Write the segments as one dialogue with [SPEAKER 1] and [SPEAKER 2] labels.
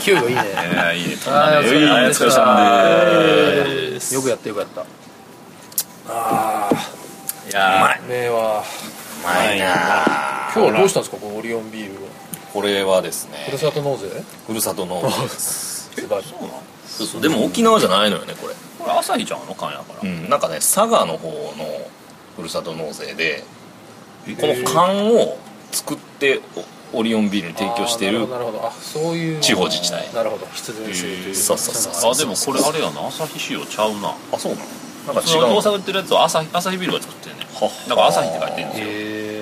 [SPEAKER 1] 勢いがいいね
[SPEAKER 2] えーいいね
[SPEAKER 1] あー
[SPEAKER 2] いいねお疲れ様で
[SPEAKER 1] よくやったよくやったあ
[SPEAKER 2] すいや
[SPEAKER 1] あねえわ
[SPEAKER 2] うまいな
[SPEAKER 1] 今日はどうしたんですかこのオリオンビールは
[SPEAKER 3] これはです
[SPEAKER 1] ふ
[SPEAKER 3] ね
[SPEAKER 1] るさと納税
[SPEAKER 3] ふるさとの
[SPEAKER 1] 素晴らしい
[SPEAKER 3] そうそうでも沖縄じゃないのよねこれ、
[SPEAKER 2] これ朝日ちゃんの缶やから
[SPEAKER 3] うん、なんかね佐賀の方のふるさと納税でこの缶を作っておオリオンビールに提供して
[SPEAKER 1] あ
[SPEAKER 3] る
[SPEAKER 1] ーなるほどなるほどあそういう
[SPEAKER 3] 地方自治体
[SPEAKER 1] なるほど必然性というか
[SPEAKER 3] そうそうそうそう
[SPEAKER 2] あでもこれあれやな朝日仕様ちゃうな
[SPEAKER 3] あそうなのなんか
[SPEAKER 2] そ
[SPEAKER 3] 違う
[SPEAKER 2] の
[SPEAKER 3] の
[SPEAKER 2] 大阪売ってるやつは朝日朝日ビールが作ってんね
[SPEAKER 3] はは
[SPEAKER 2] だから朝日って書いてるんですよ
[SPEAKER 1] へ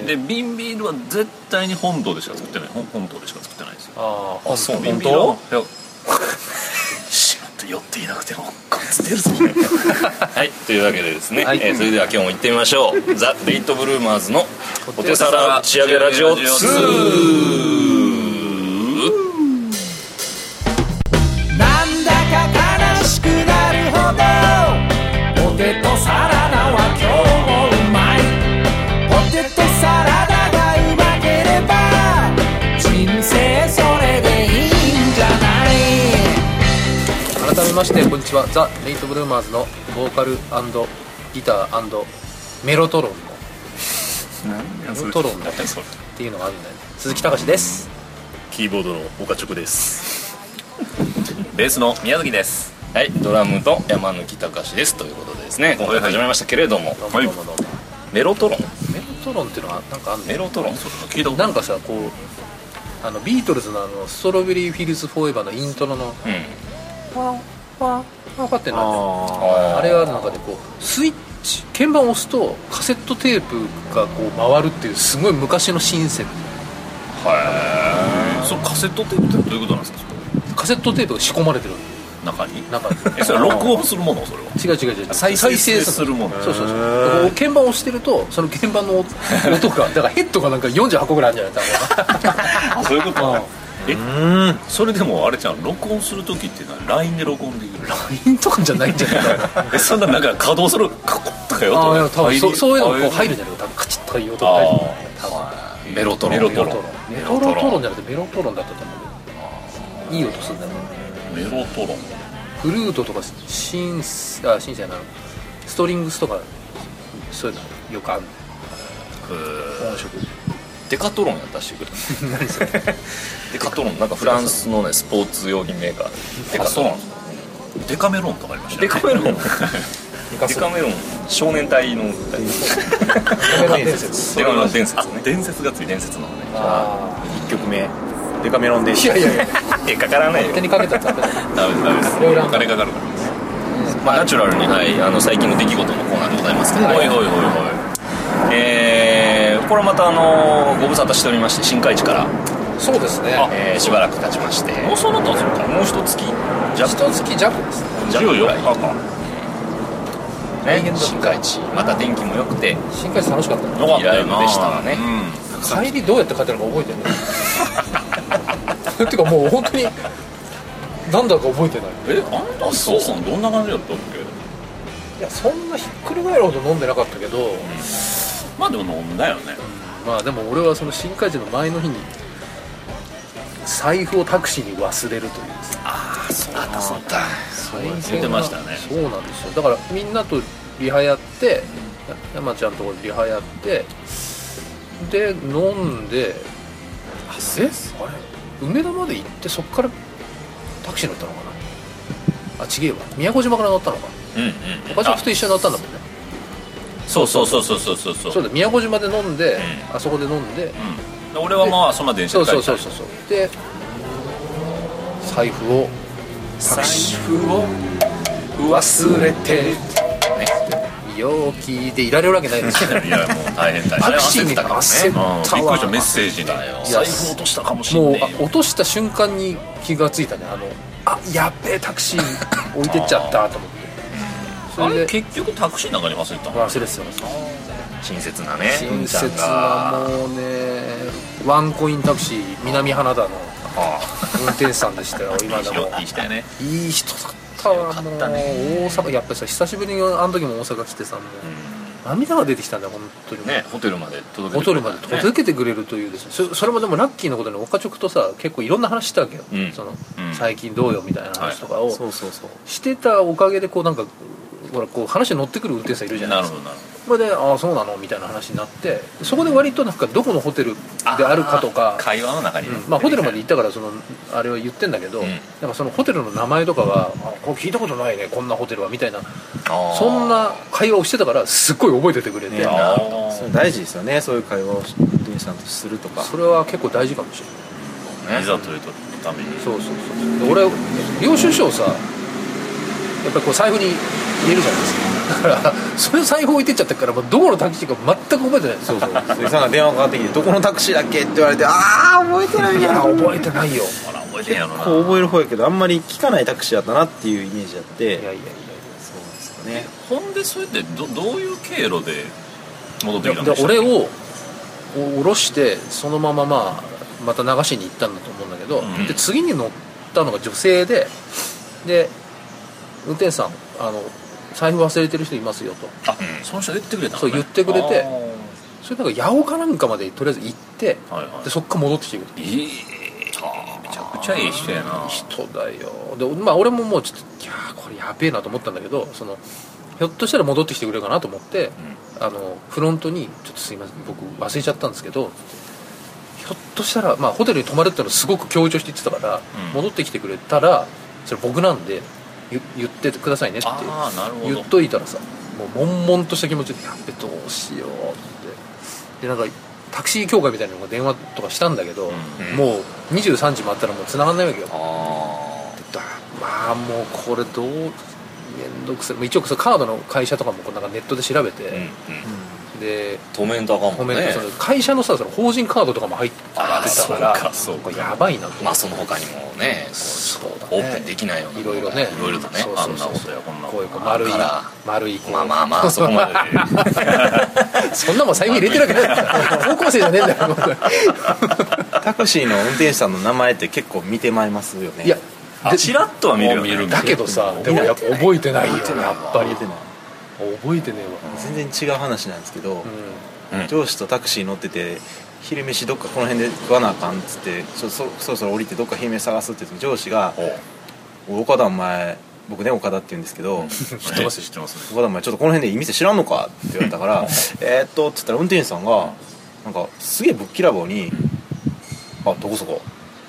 [SPEAKER 1] え
[SPEAKER 2] で瓶ビールは絶対に本島でしか作ってない本本島でしか作ってないんですよ
[SPEAKER 1] ああ
[SPEAKER 3] あそうな
[SPEAKER 2] 瓶
[SPEAKER 3] の
[SPEAKER 2] ビールは本当しまって寄っていなくてもこいつ出るぞ
[SPEAKER 3] はいというわけでですね、
[SPEAKER 1] はい
[SPEAKER 3] えーそれでは今日も行ってみましょう「ザ・レイトブルーマーズのお手皿打ち上げラジオ2」
[SPEAKER 4] なんだか悲しくなるほどポテトサラダは今日もうまいポテトサラダがうまければ人生それでいいんじゃない
[SPEAKER 1] 改めましてこんにちはザ・レイトブルーマーズのボーカルギターメロトロンのメロトロンのっていうのがあるんだよね鈴木隆です
[SPEAKER 3] キーボードの岡直です
[SPEAKER 2] ベースの宮崎です
[SPEAKER 3] はいドラムと山貫隆ですということでですね今回始まりましたけれども、
[SPEAKER 1] どうもどうもどうも
[SPEAKER 3] メロトロン
[SPEAKER 1] メロトロンっていうのはなんかあんの
[SPEAKER 3] メロトロン
[SPEAKER 2] 聞いたこと
[SPEAKER 1] なんかさこうあのビートルズのあのストロベリー・フィルズ・フォーエバーのイントロの
[SPEAKER 3] うん
[SPEAKER 1] パンパンパンパンってなってる
[SPEAKER 3] あ
[SPEAKER 1] あれはなんかでこうスイッチ鍵盤を押すとカセットテープがこう回るっていうすごい昔のシンセ
[SPEAKER 2] へえ それカセットテープってどういうことなんですか
[SPEAKER 1] カセットテープが仕込まれてる
[SPEAKER 2] 中に
[SPEAKER 1] 中に
[SPEAKER 2] えそれ録音するものそれは
[SPEAKER 1] 違う違う違う
[SPEAKER 2] 再生するもの
[SPEAKER 1] そうそうそうこう鍵盤を押してるとその鍵盤の音音がだからヘッドがなんか40箱ぐらいあるんじゃないか
[SPEAKER 2] あそういうことえそれでもあれじゃん録音する時っていうのは LINE で録音でき る
[SPEAKER 1] LINE とかじゃないんじゃないかな
[SPEAKER 2] えそんななんか稼働するカコッとかよ
[SPEAKER 1] ああいや多分そそういうのもこう入るん
[SPEAKER 2] る
[SPEAKER 1] じゃないか多分カチッとかいう音が入るんじゃない多分
[SPEAKER 3] メロトロン
[SPEAKER 2] メロトロン
[SPEAKER 1] メロトロンじゃなくてメロトロンだったと思うんだよいい音するんだよ
[SPEAKER 2] メロトロン
[SPEAKER 1] フルートとかシンセあシンセなのストリングスとかそういうのよくある音色
[SPEAKER 3] デカトロンやったらしてくれ
[SPEAKER 1] 何それ
[SPEAKER 3] デカトロンなんかフランスのねスポーツ用品メーカーでデカトロン
[SPEAKER 2] デカメロンとかありました
[SPEAKER 3] デ
[SPEAKER 2] ね
[SPEAKER 3] カメロンデ
[SPEAKER 1] カ
[SPEAKER 3] カメロン少年隊の
[SPEAKER 1] メロン伝説
[SPEAKER 3] デカメロン伝説
[SPEAKER 2] あ
[SPEAKER 3] ね
[SPEAKER 2] 伝説がついてる
[SPEAKER 3] 伝説のね
[SPEAKER 1] あ
[SPEAKER 5] 1曲目デカメロンで
[SPEAKER 1] あいやいやいや
[SPEAKER 3] えかからないよ
[SPEAKER 1] 手にかけたらダメだ
[SPEAKER 2] ダメですダメです
[SPEAKER 1] いろいろあ
[SPEAKER 2] お
[SPEAKER 1] る
[SPEAKER 2] 金かかるか
[SPEAKER 3] まあナチュラルにはいあの最近の出来事のコーナーでございますけど
[SPEAKER 2] ら
[SPEAKER 3] も
[SPEAKER 2] おいおいおいおい
[SPEAKER 3] えーこれまたあのご無沙汰しておりまして新海地から、
[SPEAKER 1] そうですね
[SPEAKER 3] えーしばらく経ちまして
[SPEAKER 2] もうそうなったんですか
[SPEAKER 3] もう一月
[SPEAKER 1] 一月弱ですね
[SPEAKER 2] 14日か
[SPEAKER 1] 来年だ
[SPEAKER 3] 新海地また天気も良くて
[SPEAKER 1] 新幹線楽しかったね
[SPEAKER 2] よかっ
[SPEAKER 3] い
[SPEAKER 2] たよ
[SPEAKER 3] いライブ
[SPEAKER 2] な
[SPEAKER 3] でしたわね
[SPEAKER 2] うん
[SPEAKER 1] 帰りどうやって帰ったのか覚えて ないてかもう本当になんだか覚えてない
[SPEAKER 2] えあんたそうさんどんな感じだったっけ
[SPEAKER 1] いやそんなひっくり返るほど飲んでなかったけど、
[SPEAKER 2] まあでも飲んだよね
[SPEAKER 1] まあでも俺はその新海地の前の日に財布をタクシーに忘れるという
[SPEAKER 2] ああそうだったそうだそう
[SPEAKER 1] 大変な
[SPEAKER 2] 言ってましたね
[SPEAKER 1] そうなんですよだからみんなとリハやって山ちゃんとこでリハやってで飲んであえあれ梅田まで行ってそっからタクシー乗ったのかなあちげえわ宮古島から乗ったのか
[SPEAKER 3] うんうん
[SPEAKER 1] 岡島と一緒に乗ったんだもんね
[SPEAKER 2] そうそうそうそうそうそうそう
[SPEAKER 1] そうだ宮古島で飲んで、あそこで飲んで、
[SPEAKER 2] で俺はまあそんな電車
[SPEAKER 1] そう
[SPEAKER 2] で帰
[SPEAKER 1] そ
[SPEAKER 2] っ
[SPEAKER 1] う
[SPEAKER 2] た
[SPEAKER 1] そう
[SPEAKER 2] り
[SPEAKER 1] そうそうで財布を
[SPEAKER 3] 財
[SPEAKER 1] 布を忘れて 陽気でいられるわけないですよ
[SPEAKER 2] いやもう大変大
[SPEAKER 1] タ
[SPEAKER 2] 変
[SPEAKER 1] クシーに
[SPEAKER 2] あれ
[SPEAKER 1] 焦ったわ
[SPEAKER 2] うんびっくりしたメッセージに
[SPEAKER 1] い
[SPEAKER 2] 財
[SPEAKER 1] や
[SPEAKER 2] 布落としたかもし
[SPEAKER 1] も
[SPEAKER 2] ん
[SPEAKER 1] う
[SPEAKER 2] ね
[SPEAKER 1] あ
[SPEAKER 2] えよ
[SPEAKER 1] 落とした瞬間に気がついたねあのあやっべえタクシー置いてっちゃったと思ってそ
[SPEAKER 2] あ
[SPEAKER 1] れ
[SPEAKER 2] れ
[SPEAKER 1] で
[SPEAKER 2] 結局タクシーの中に忘れてたの
[SPEAKER 1] 忘れてたんですよ
[SPEAKER 3] 親切なね
[SPEAKER 1] 親切なもうねワンコインタクシー南花田の運転手さんでしたよ今でも
[SPEAKER 2] いい人やね
[SPEAKER 1] いい人だったわもう大阪やっぱりさ久しぶりにあの時も大阪来てさもう涙が出てきたんだよ本当に
[SPEAKER 3] ねホテルまで届け
[SPEAKER 1] ボ
[SPEAKER 3] てく
[SPEAKER 1] ト
[SPEAKER 3] れ
[SPEAKER 1] ル
[SPEAKER 3] た
[SPEAKER 1] ま
[SPEAKER 3] ん
[SPEAKER 1] で
[SPEAKER 3] だね
[SPEAKER 1] 届けてくれるというですねそそれもでもラッキーなことに岡直とさ結構いろんな話したわけよ、
[SPEAKER 3] うん
[SPEAKER 1] その
[SPEAKER 2] うん
[SPEAKER 1] 最近どうよみたいな話とかを
[SPEAKER 5] そうそうそう
[SPEAKER 1] してたおかげでこうなんかほらこう話に乗ってくる運転手さんいるじゃな
[SPEAKER 2] ないる
[SPEAKER 1] です
[SPEAKER 2] ほ
[SPEAKER 1] か
[SPEAKER 2] どなる
[SPEAKER 1] それでああそうなのみたいな話になってそこで割となんかどこのホテルであるかと
[SPEAKER 2] ほ
[SPEAKER 1] か
[SPEAKER 2] ど会話の中に、
[SPEAKER 1] うんまあ、ホテルまで行ったからそのあれは言ってんだけど、
[SPEAKER 3] うん
[SPEAKER 1] なんかそのホテルの名前とかが「あこれ聞いたことないねこんなホテルは」みたいな
[SPEAKER 3] あー
[SPEAKER 1] そんな会話をしてたからすっごい覚えててくれて、
[SPEAKER 5] ね
[SPEAKER 3] あ
[SPEAKER 2] あ
[SPEAKER 5] それ大事ですよねそういう会話を運転手さんとするとか
[SPEAKER 1] それは結構大事かもしれ
[SPEAKER 3] ー
[SPEAKER 1] ない
[SPEAKER 2] あいざという時のために
[SPEAKER 1] そうそうそうで俺領収書をさやっぱりこう財布に入れるじゃないですかだからそれ財布置いてっちゃったからもうどこのタクシーか全く覚え てないです
[SPEAKER 5] そうそう鈴木さんが電話かかってきて「どこのタクシーだっけ?」って言われて「ああ覚えてない
[SPEAKER 1] い
[SPEAKER 5] や
[SPEAKER 1] や
[SPEAKER 5] ん
[SPEAKER 1] 覚えてないよ
[SPEAKER 2] ほら覚えてんやろな
[SPEAKER 5] こう覚える方やけどあんまり聞かないタクシーだったなっていうイメージあって
[SPEAKER 1] いやいやいや
[SPEAKER 5] そうなんですか
[SPEAKER 2] ほ
[SPEAKER 5] ね
[SPEAKER 2] んでそれってどどういう経路で戻ってきたん
[SPEAKER 1] で
[SPEAKER 2] でしたっ
[SPEAKER 1] 俺
[SPEAKER 2] け
[SPEAKER 1] をお下ろしてそのまままあまた流しに行ったんだと思うんだけど、
[SPEAKER 2] うん
[SPEAKER 1] で次に乗ったのが女性でで運転手さんあの財布忘れてる人いますよと
[SPEAKER 2] あ、
[SPEAKER 3] うん
[SPEAKER 2] その人言ってくれたの、
[SPEAKER 1] そ
[SPEAKER 2] ね、
[SPEAKER 1] う言ってくれて
[SPEAKER 2] あ
[SPEAKER 1] それなんか八尾かなんかまでとりあえず行って
[SPEAKER 2] ーはいは
[SPEAKER 1] でそっから戻ってきてくれた
[SPEAKER 2] いいいめちゃくちゃいい人やな
[SPEAKER 1] 人だよでまあ俺ももうちょっといやーこれやべえなと思ったんだけどそのひょっとしたら戻ってきてくれるかなと思って、あのフロントに「ちょっとすいません僕忘れちゃったんですけどひょっとしたら、まあ、ホテルに泊まるってのをすごく強調して言ってたから、
[SPEAKER 2] うん
[SPEAKER 1] 戻ってきてくれたらそれ僕なんで言言ってくださいねって
[SPEAKER 2] ああなるほ
[SPEAKER 1] 言っ
[SPEAKER 2] ど
[SPEAKER 1] といたらさもう悶々とした気持ちで「やっべどうしよう」ってでなんかタクシー協会みたいなのが電話とかしたんだけど、
[SPEAKER 3] うん
[SPEAKER 1] もう23時回ったらもう繋がんないわけよ
[SPEAKER 3] あ
[SPEAKER 1] だまあもうこれどう面倒くさいもう一応そのカードの会社とかもこうなんかネットで調べて、
[SPEAKER 3] ーうんうん
[SPEAKER 1] で
[SPEAKER 3] 止めんとあかん
[SPEAKER 1] コ
[SPEAKER 3] もん
[SPEAKER 1] メント、
[SPEAKER 3] ね
[SPEAKER 1] その会社のさその法人カードとかも入って
[SPEAKER 3] あー
[SPEAKER 1] た
[SPEAKER 3] そう
[SPEAKER 1] から
[SPEAKER 3] かそう
[SPEAKER 1] これやばいなと、
[SPEAKER 3] まあその他にもね
[SPEAKER 1] そうだね
[SPEAKER 3] オープンできないようない
[SPEAKER 1] ろいろね
[SPEAKER 3] いろいろとね
[SPEAKER 1] そう
[SPEAKER 2] あ
[SPEAKER 1] そうんそ
[SPEAKER 2] な
[SPEAKER 1] う
[SPEAKER 2] ことやこんな
[SPEAKER 1] こういうこう
[SPEAKER 2] あ
[SPEAKER 1] 丸い
[SPEAKER 3] だから
[SPEAKER 1] 丸いこう
[SPEAKER 3] まあまあまあそこま で
[SPEAKER 1] そんなもん財布入れてるわけないから高校生じゃねえんだよ僕
[SPEAKER 5] タクシーの運転手さんの名前って結構見てまいりますよね
[SPEAKER 1] いや
[SPEAKER 2] あ
[SPEAKER 1] で
[SPEAKER 2] チラッとは見るよ、ね、
[SPEAKER 1] 見るだけどさでもやっぱ覚えてないよ
[SPEAKER 5] 覚えてない
[SPEAKER 1] やっぱり
[SPEAKER 5] 覚えてない
[SPEAKER 1] 覚えてね
[SPEAKER 5] 全然違う話なんですけど、
[SPEAKER 1] えわうん
[SPEAKER 3] うん
[SPEAKER 5] 上司とタクシー乗ってて昼飯どっかこの辺で食わなあかんっつってそそそろそろ降りてどっか昼飯探すって言って上司が
[SPEAKER 2] おう
[SPEAKER 5] 「おい岡田お前僕ね岡田って言うんですけ ど
[SPEAKER 2] 知ってますよ知ってますね
[SPEAKER 5] 岡田お前ちょっとこの辺でいい店知らんのか?」って言われ たから「えーっと」っつったら運転手さんがなんかすげえぶっきらぼうに「あどこそこ」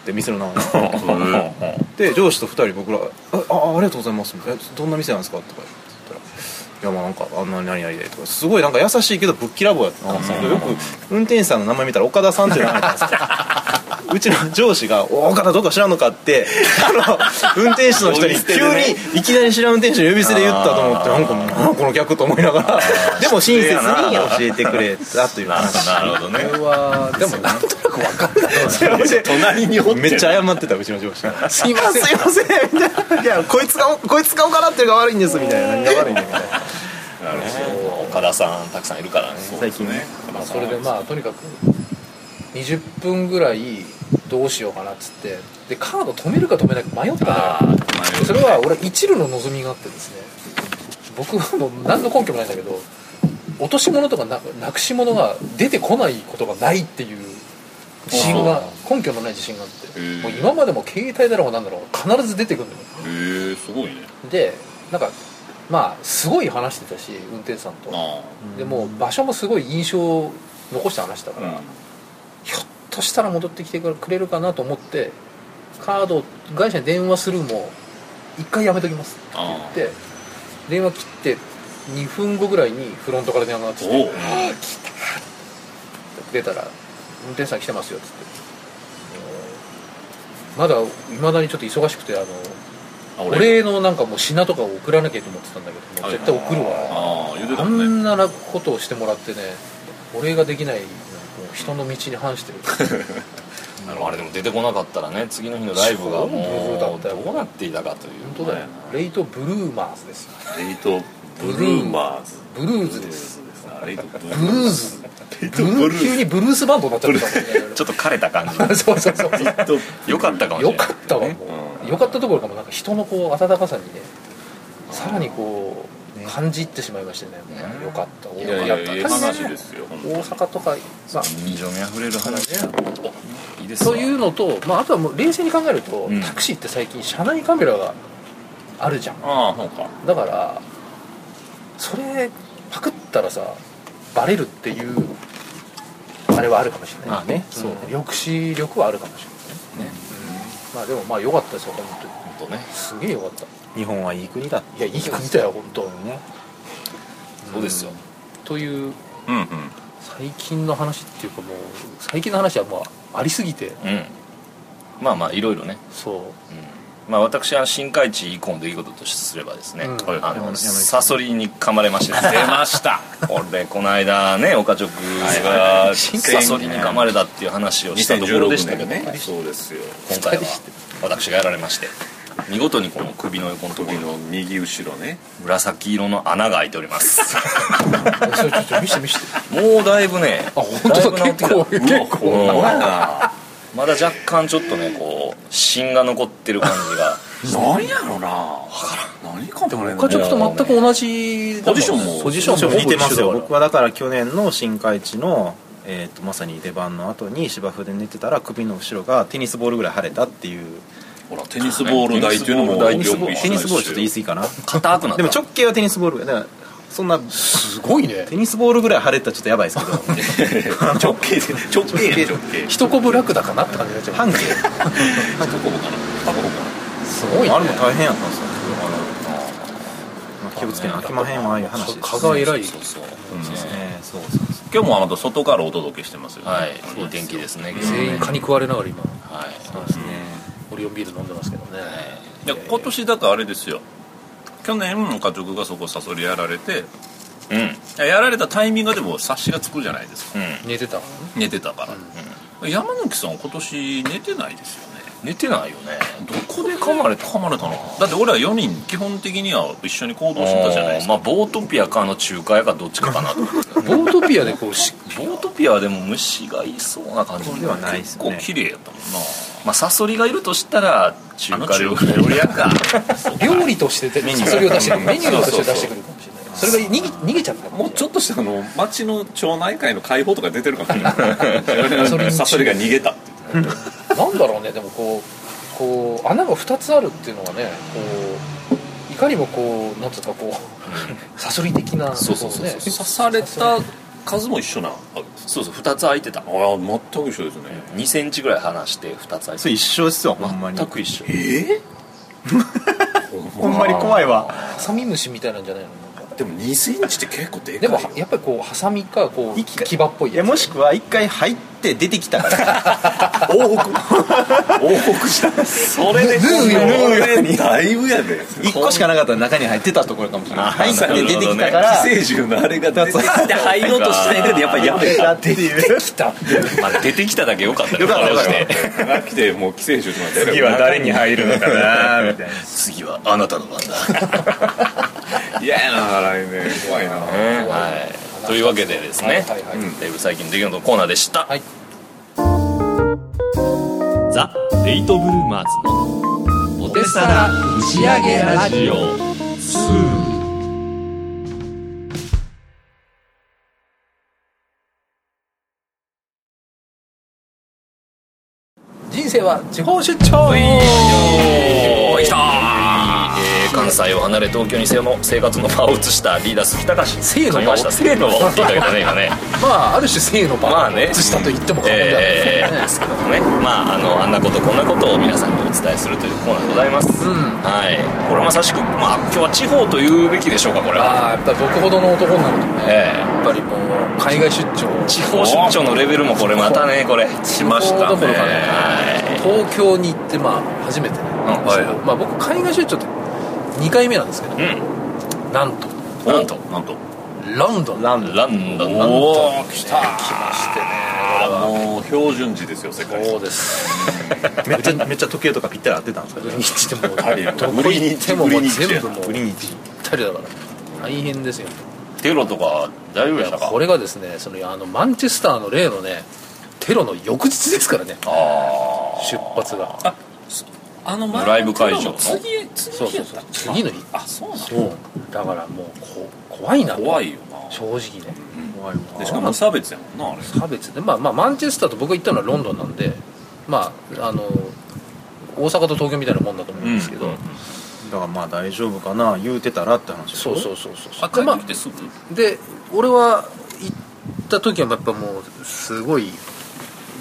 [SPEAKER 5] って店の名前を言って
[SPEAKER 2] うんうん
[SPEAKER 5] で上司と2人僕ら「ああありがとうございます」えどんな店なんですか?」とか言ったら「いやまあなんかあんな何々で」とかすごいなんか優しいけどぶっきらぼうやったな
[SPEAKER 2] うん
[SPEAKER 5] よく運転手さんの名前見たら岡田さんっていう名前なんですよ うちの上司が「お岡田どうか知らんのか」ってあの運転手の人に急にいきなり知らん運転手の呼び捨てで言ったと思ってなんかもうなんかこの客と思いながらでも親切に教えてくれたという話
[SPEAKER 2] なるほどね
[SPEAKER 1] これはでもなんとなくわかるだろうな
[SPEAKER 2] 隣におって
[SPEAKER 5] めっちゃ謝ってたうちの上司が
[SPEAKER 1] すいません
[SPEAKER 5] すいませんみたいないやこいつがこいつがおからってるが悪いんですみたいな何が悪いんだみたいな
[SPEAKER 2] なるほ
[SPEAKER 3] 岡田さんたくさんいるからね
[SPEAKER 5] 最近ね
[SPEAKER 1] まあ、それでまあとにかく20分ぐらいどうしようかなっつってでカード止めるか止めないか迷った
[SPEAKER 2] あ
[SPEAKER 1] のよ
[SPEAKER 2] ー
[SPEAKER 1] それは俺一縷の望みがあってですね僕はもう何の根拠もないんだけど落とし物とかななくし物が出てこないことがないっていう自信が根拠のない自信があって
[SPEAKER 2] へえ
[SPEAKER 1] もう今までも携帯だろうがなんだろうが必ず出てくるんだよ
[SPEAKER 2] へえすごいね
[SPEAKER 1] でなんかまあすごい話してたし運転手さんと
[SPEAKER 2] あ
[SPEAKER 1] でもう場所もすごい印象を残した話だ
[SPEAKER 2] あ
[SPEAKER 1] か
[SPEAKER 2] う
[SPEAKER 1] ら、
[SPEAKER 2] ん
[SPEAKER 1] ひょっとしたら戻ってきてくれるかなと思ってカード会社に電話するも一回やめときますって言って電話切って2分後ぐらいにフロントから電話がかかって
[SPEAKER 2] おう
[SPEAKER 1] きて「出たら運転手さん来てますよ」っつって「まだいまだにちょっと忙しくてあの
[SPEAKER 2] あ
[SPEAKER 1] お
[SPEAKER 2] 俺
[SPEAKER 1] 礼のなんかもう品とかを送らなきゃと思ってたんだけどもう絶対送るわ」
[SPEAKER 2] ああ言うてた
[SPEAKER 1] あ
[SPEAKER 2] もんね
[SPEAKER 1] んな楽ことをしてもらってねお礼ができないもう人の道に反してる
[SPEAKER 3] あのあれでも出てこなかったらね次の日のライブが
[SPEAKER 1] そうだ
[SPEAKER 3] も
[SPEAKER 1] っ
[SPEAKER 3] う
[SPEAKER 1] たよ
[SPEAKER 3] どうなっていたかという
[SPEAKER 1] 本当だよレイトブルーマーズですよ
[SPEAKER 2] レイトブルーマーズ
[SPEAKER 1] ブルーズです
[SPEAKER 2] あレイトブル
[SPEAKER 1] ブル
[SPEAKER 2] ー
[SPEAKER 1] ー
[SPEAKER 2] ズ
[SPEAKER 1] ズ
[SPEAKER 2] レイ
[SPEAKER 1] ブ
[SPEAKER 2] ト
[SPEAKER 1] ル
[SPEAKER 2] ブル
[SPEAKER 1] ー急
[SPEAKER 2] ー
[SPEAKER 1] にブルースバンドになっちゃったもんね
[SPEAKER 3] ちょっと枯れた感じ
[SPEAKER 1] そうそうそう
[SPEAKER 3] よかったかもし
[SPEAKER 1] よ
[SPEAKER 3] れない
[SPEAKER 1] かったわもうよかったところかもなんか人のこう温かさにねさらにこう
[SPEAKER 5] 感じ入ってしまいましたねもうよかった
[SPEAKER 2] い
[SPEAKER 5] 大
[SPEAKER 2] や
[SPEAKER 5] 阪
[SPEAKER 2] いやい
[SPEAKER 5] だっ
[SPEAKER 2] や
[SPEAKER 5] た
[SPEAKER 2] ええ話ですよ本当に
[SPEAKER 1] 大阪とか、まあ、
[SPEAKER 3] 人情味あふれる話だおいいです
[SPEAKER 1] そう
[SPEAKER 3] う
[SPEAKER 1] いうのと、まあ、あとはもう冷静に考えると、
[SPEAKER 3] うん
[SPEAKER 1] タクシーって最近車内カメラがあるじゃん
[SPEAKER 2] ああそうか
[SPEAKER 1] だからそれパクったらさバレるっていうあれはあるかもしれない
[SPEAKER 3] まあね
[SPEAKER 1] そう抑止力はあるかもしれないね、うんまあでもまあ良かったですよ本当に
[SPEAKER 3] とね
[SPEAKER 1] すげえ良かった
[SPEAKER 5] 日本はいい国だ
[SPEAKER 1] いやいい国だよ本当
[SPEAKER 5] ね
[SPEAKER 3] そうですよ
[SPEAKER 1] という
[SPEAKER 2] うんうん
[SPEAKER 1] 最近の話っていうかもう最近の話はまあありすぎて
[SPEAKER 3] うんまあまあいろいろね
[SPEAKER 1] そう
[SPEAKER 3] まあ、私は深海地以降の出来事とすればですね、
[SPEAKER 1] うん
[SPEAKER 3] あ
[SPEAKER 5] 山
[SPEAKER 3] の
[SPEAKER 5] 根さ
[SPEAKER 3] サ
[SPEAKER 5] ん
[SPEAKER 3] ソリに噛まれましてですね
[SPEAKER 2] 出ました
[SPEAKER 3] 俺この間ね岡直がサソリに噛まれたっていう話をしたところでしたけど、
[SPEAKER 2] そうですよ
[SPEAKER 3] 今回は私がやられまして見事にこの首の横のところ
[SPEAKER 2] 首
[SPEAKER 3] に
[SPEAKER 2] の右後ろね
[SPEAKER 3] 紫色の穴が開いております
[SPEAKER 1] それちょっと見して見して
[SPEAKER 3] もうだいぶね
[SPEAKER 1] あ本当だ
[SPEAKER 3] いぶ治ってきた
[SPEAKER 1] 結構結構
[SPEAKER 3] うん
[SPEAKER 2] 怖いな
[SPEAKER 3] まだ若干ちょっとねこう芯が残ってる感じが
[SPEAKER 2] 何やろな何かでもね
[SPEAKER 1] 課長と全く同じだ
[SPEAKER 2] ポジションも
[SPEAKER 1] ポジションも
[SPEAKER 5] 似てますよ
[SPEAKER 1] ほぼ一緒だから
[SPEAKER 5] 僕はだから去年の新海地の、えー、とまさに出番の後に芝生で寝てたら首の後ろがテニスボールぐらい腫れたっていう
[SPEAKER 2] ほらテニスボール台っていうのも
[SPEAKER 5] テニスボールテニスボールちょっと言い過ぎかな
[SPEAKER 3] 硬くなった
[SPEAKER 5] でも直径はテニスボールぐらいだからそんな
[SPEAKER 1] すごいね
[SPEAKER 5] テニスボールぐらい腫れたらちょっとやばいです けど
[SPEAKER 2] 直径で直径で直径
[SPEAKER 1] 一コブ楽だかなって感じになっちゃ
[SPEAKER 5] 半
[SPEAKER 1] う
[SPEAKER 5] 径
[SPEAKER 2] タコボかなタコボか
[SPEAKER 1] すごいね
[SPEAKER 5] あれも大変やったんですよまあ気をつけなあきまへんはああいう話です、ね、
[SPEAKER 1] 蚊が偉い
[SPEAKER 3] そうそう、
[SPEAKER 5] ねそうそうそう
[SPEAKER 2] な今日もあなた外からお届けしてますよね
[SPEAKER 3] はいいい天気ですね今日ね
[SPEAKER 1] 全員蚊に食われながら今
[SPEAKER 3] はい
[SPEAKER 5] そうですね
[SPEAKER 1] オリオンビール飲んでますけどね
[SPEAKER 2] いや今年だからあれですよ去年家族がそこサソリやられて
[SPEAKER 3] うんうん
[SPEAKER 2] やられたタイミングでも察しがつくじゃないですか
[SPEAKER 1] 寝てたの
[SPEAKER 2] 寝てたから、山貫さん今年寝てないですよね
[SPEAKER 3] 寝てないよね
[SPEAKER 2] どこで噛まれた噛まれたのだって俺は4人基本的には一緒に行動してたじゃないですか
[SPEAKER 3] まあボートピアかあの中華屋かどっちかかなと
[SPEAKER 1] ボートピアでこうし
[SPEAKER 3] ボートピアはでも虫がいそうな感じ
[SPEAKER 5] ではないです
[SPEAKER 2] 結構
[SPEAKER 5] ね
[SPEAKER 2] 綺麗やったもんな
[SPEAKER 3] まあサソリがいるとしたら中華料
[SPEAKER 2] あの中華料理屋か
[SPEAKER 1] 料理として出てそれを出してくるメニューとして出してくるかもしれないそれが逃げ逃げちゃった
[SPEAKER 2] もうちょっとしたあの町の町内会の会報とか出てるかもしれ ないサソリが逃げたって
[SPEAKER 1] なんだろうねでもこうこう穴が2つあるっていうのはねこういかにもこうなんつうかこう サソリ的な
[SPEAKER 2] そうそうそう
[SPEAKER 1] ね
[SPEAKER 2] そう刺された数も一緒なわけです
[SPEAKER 3] そうそう2つ空いてた
[SPEAKER 2] ああ全く一緒ですね
[SPEAKER 3] 2センチぐらい離して2つ空い
[SPEAKER 5] そ
[SPEAKER 3] て
[SPEAKER 5] れ一緒ですよほんま
[SPEAKER 3] た
[SPEAKER 5] に
[SPEAKER 3] 全く一緒
[SPEAKER 2] え
[SPEAKER 5] ほんまに怖いわ
[SPEAKER 1] ハサミムシみたいなんじゃないのなんか
[SPEAKER 2] でも2センチって結構でか
[SPEAKER 1] で
[SPEAKER 2] い
[SPEAKER 1] も
[SPEAKER 2] よ
[SPEAKER 1] やっぱりこうハサミかこう
[SPEAKER 5] 一回
[SPEAKER 1] 牙っぽい
[SPEAKER 5] いや
[SPEAKER 1] やつ
[SPEAKER 5] もしくは一回入って出てきたから
[SPEAKER 2] 往復往復したそれで
[SPEAKER 1] 縫うよ
[SPEAKER 2] これだいぶやで
[SPEAKER 5] 一個しかなかったら中に入ってたところかもしれない入って出てきたか
[SPEAKER 2] 寄
[SPEAKER 5] ら
[SPEAKER 2] 生獣のあれが出てきて入ろうとしてないけどやっぱやめ
[SPEAKER 5] だっていう
[SPEAKER 1] 来た
[SPEAKER 3] まあ出てきただけよかったね
[SPEAKER 5] よかった
[SPEAKER 3] それをして
[SPEAKER 5] よ
[SPEAKER 2] た
[SPEAKER 5] か
[SPEAKER 2] 来てもう寄生獣とか
[SPEAKER 5] 次は誰に入るのかなみたいな
[SPEAKER 3] 次はあなたの番だ
[SPEAKER 2] 嫌やなあれね怖いな
[SPEAKER 3] はいというわけでです
[SPEAKER 1] はい
[SPEAKER 3] ね
[SPEAKER 1] はいはい
[SPEAKER 3] だいぶ最近の出来事のコーナーでした
[SPEAKER 1] はい
[SPEAKER 3] ザ・レイトブルーマーズのポテサラ打ち上げラジオ
[SPEAKER 1] 人生は地方出張
[SPEAKER 3] おーいきたえー関西を離れ東京に生活の場を移したリーダー杉高志
[SPEAKER 1] 生の場を
[SPEAKER 3] ました生の場をって言ったけどね今ね
[SPEAKER 1] まあある種性の
[SPEAKER 3] ま
[SPEAKER 1] バ
[SPEAKER 3] あ
[SPEAKER 1] ーンを
[SPEAKER 3] ね
[SPEAKER 1] 移したと言っても過言ではない
[SPEAKER 3] えー、ですけどもねまああのあんなことこんなことを皆さんにお伝えするというコーナーでございます、
[SPEAKER 1] うん
[SPEAKER 3] はいこれはまさしくまあ今日は地方と言うべきでしょうかこれは
[SPEAKER 1] ああやっぱり僕ほどの男になるとね
[SPEAKER 3] え
[SPEAKER 1] やっぱりもう海外出張
[SPEAKER 3] ー、地方出張のレベルもこれまたねこれし
[SPEAKER 1] ましたね
[SPEAKER 3] どころかねはい
[SPEAKER 1] 東京に行ってまあ初めてね、
[SPEAKER 3] はいはい
[SPEAKER 1] まあ、僕海外出張って2回目なんですけど
[SPEAKER 3] うん
[SPEAKER 1] なんと
[SPEAKER 3] なんと
[SPEAKER 2] なんと
[SPEAKER 1] ロンドン
[SPEAKER 5] ランド
[SPEAKER 3] ランドンなんと
[SPEAKER 2] おお来た来ましてねもう標準時ですよ世界
[SPEAKER 1] そうです
[SPEAKER 5] め っちゃめっちゃ時計とかぴったり合ってたんですか
[SPEAKER 1] 売りに行っても
[SPEAKER 2] あり
[SPEAKER 1] どこ行っても
[SPEAKER 2] 売
[SPEAKER 1] も
[SPEAKER 2] り
[SPEAKER 1] う
[SPEAKER 2] に行って
[SPEAKER 1] 全部もう
[SPEAKER 5] 売
[SPEAKER 1] ぴ
[SPEAKER 5] り
[SPEAKER 1] っ
[SPEAKER 5] にち
[SPEAKER 1] たりだから大変ですよ
[SPEAKER 3] テロとか大丈夫でしたか
[SPEAKER 1] これがですねそのあのマンチェスターの例のねテロの翌日ですからね
[SPEAKER 3] あ
[SPEAKER 1] 出発が
[SPEAKER 2] ああの
[SPEAKER 3] ライブ会場の
[SPEAKER 2] 次へ次
[SPEAKER 1] そう
[SPEAKER 2] へ
[SPEAKER 1] そう
[SPEAKER 2] やっ
[SPEAKER 1] そ
[SPEAKER 2] た
[SPEAKER 1] う次の日
[SPEAKER 2] あそうなの
[SPEAKER 1] だからもうこ怖いなと
[SPEAKER 2] 怖いよ
[SPEAKER 1] 正直ね怖い
[SPEAKER 2] なでしかも無差別やもんなあれ
[SPEAKER 1] 差別でまあまあマンチェスターと僕が行ったのはロンドンなんでまああの大阪と東京みたいなもんだと思うんですけど、
[SPEAKER 5] だからまあ大丈夫かな言うてたらって話
[SPEAKER 1] そうそううそうそう
[SPEAKER 2] あ
[SPEAKER 1] で,、
[SPEAKER 2] 帰
[SPEAKER 1] ま
[SPEAKER 2] ってきてすぐ
[SPEAKER 1] あ、で俺は行った時はやっぱもうすごい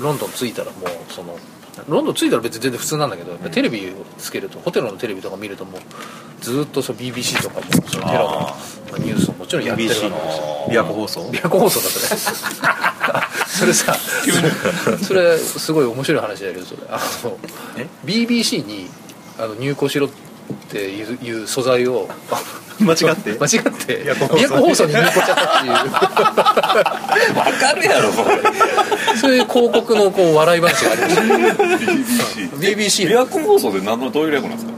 [SPEAKER 1] ロンドン着いたらもうそのロンドン着いたら別に全然普通なんだけどやっぱテレビをつけるとホテルのテレビとか見るともうずーっとその BBC とかもそのテロの
[SPEAKER 2] あ
[SPEAKER 1] まあニュースももちろんやってるわけ
[SPEAKER 5] BBC
[SPEAKER 1] ですよ
[SPEAKER 5] の琵琶湖放送
[SPEAKER 1] 琵琶湖放送だそれそれさそれすごい面白い話だけどそれあの
[SPEAKER 5] え
[SPEAKER 1] BBC にあの入稿しろっていういう素材を
[SPEAKER 5] 間違
[SPEAKER 1] 間違
[SPEAKER 5] って
[SPEAKER 1] って
[SPEAKER 5] 琵琶
[SPEAKER 1] 琵琶
[SPEAKER 5] 湖放送
[SPEAKER 1] 湖放送に入稿しちゃったっ
[SPEAKER 2] わかるやろこれ
[SPEAKER 1] ていうそういう広告のこう笑い話がありま した BBC
[SPEAKER 2] 琵琶湖放送で何のどういう略なんですか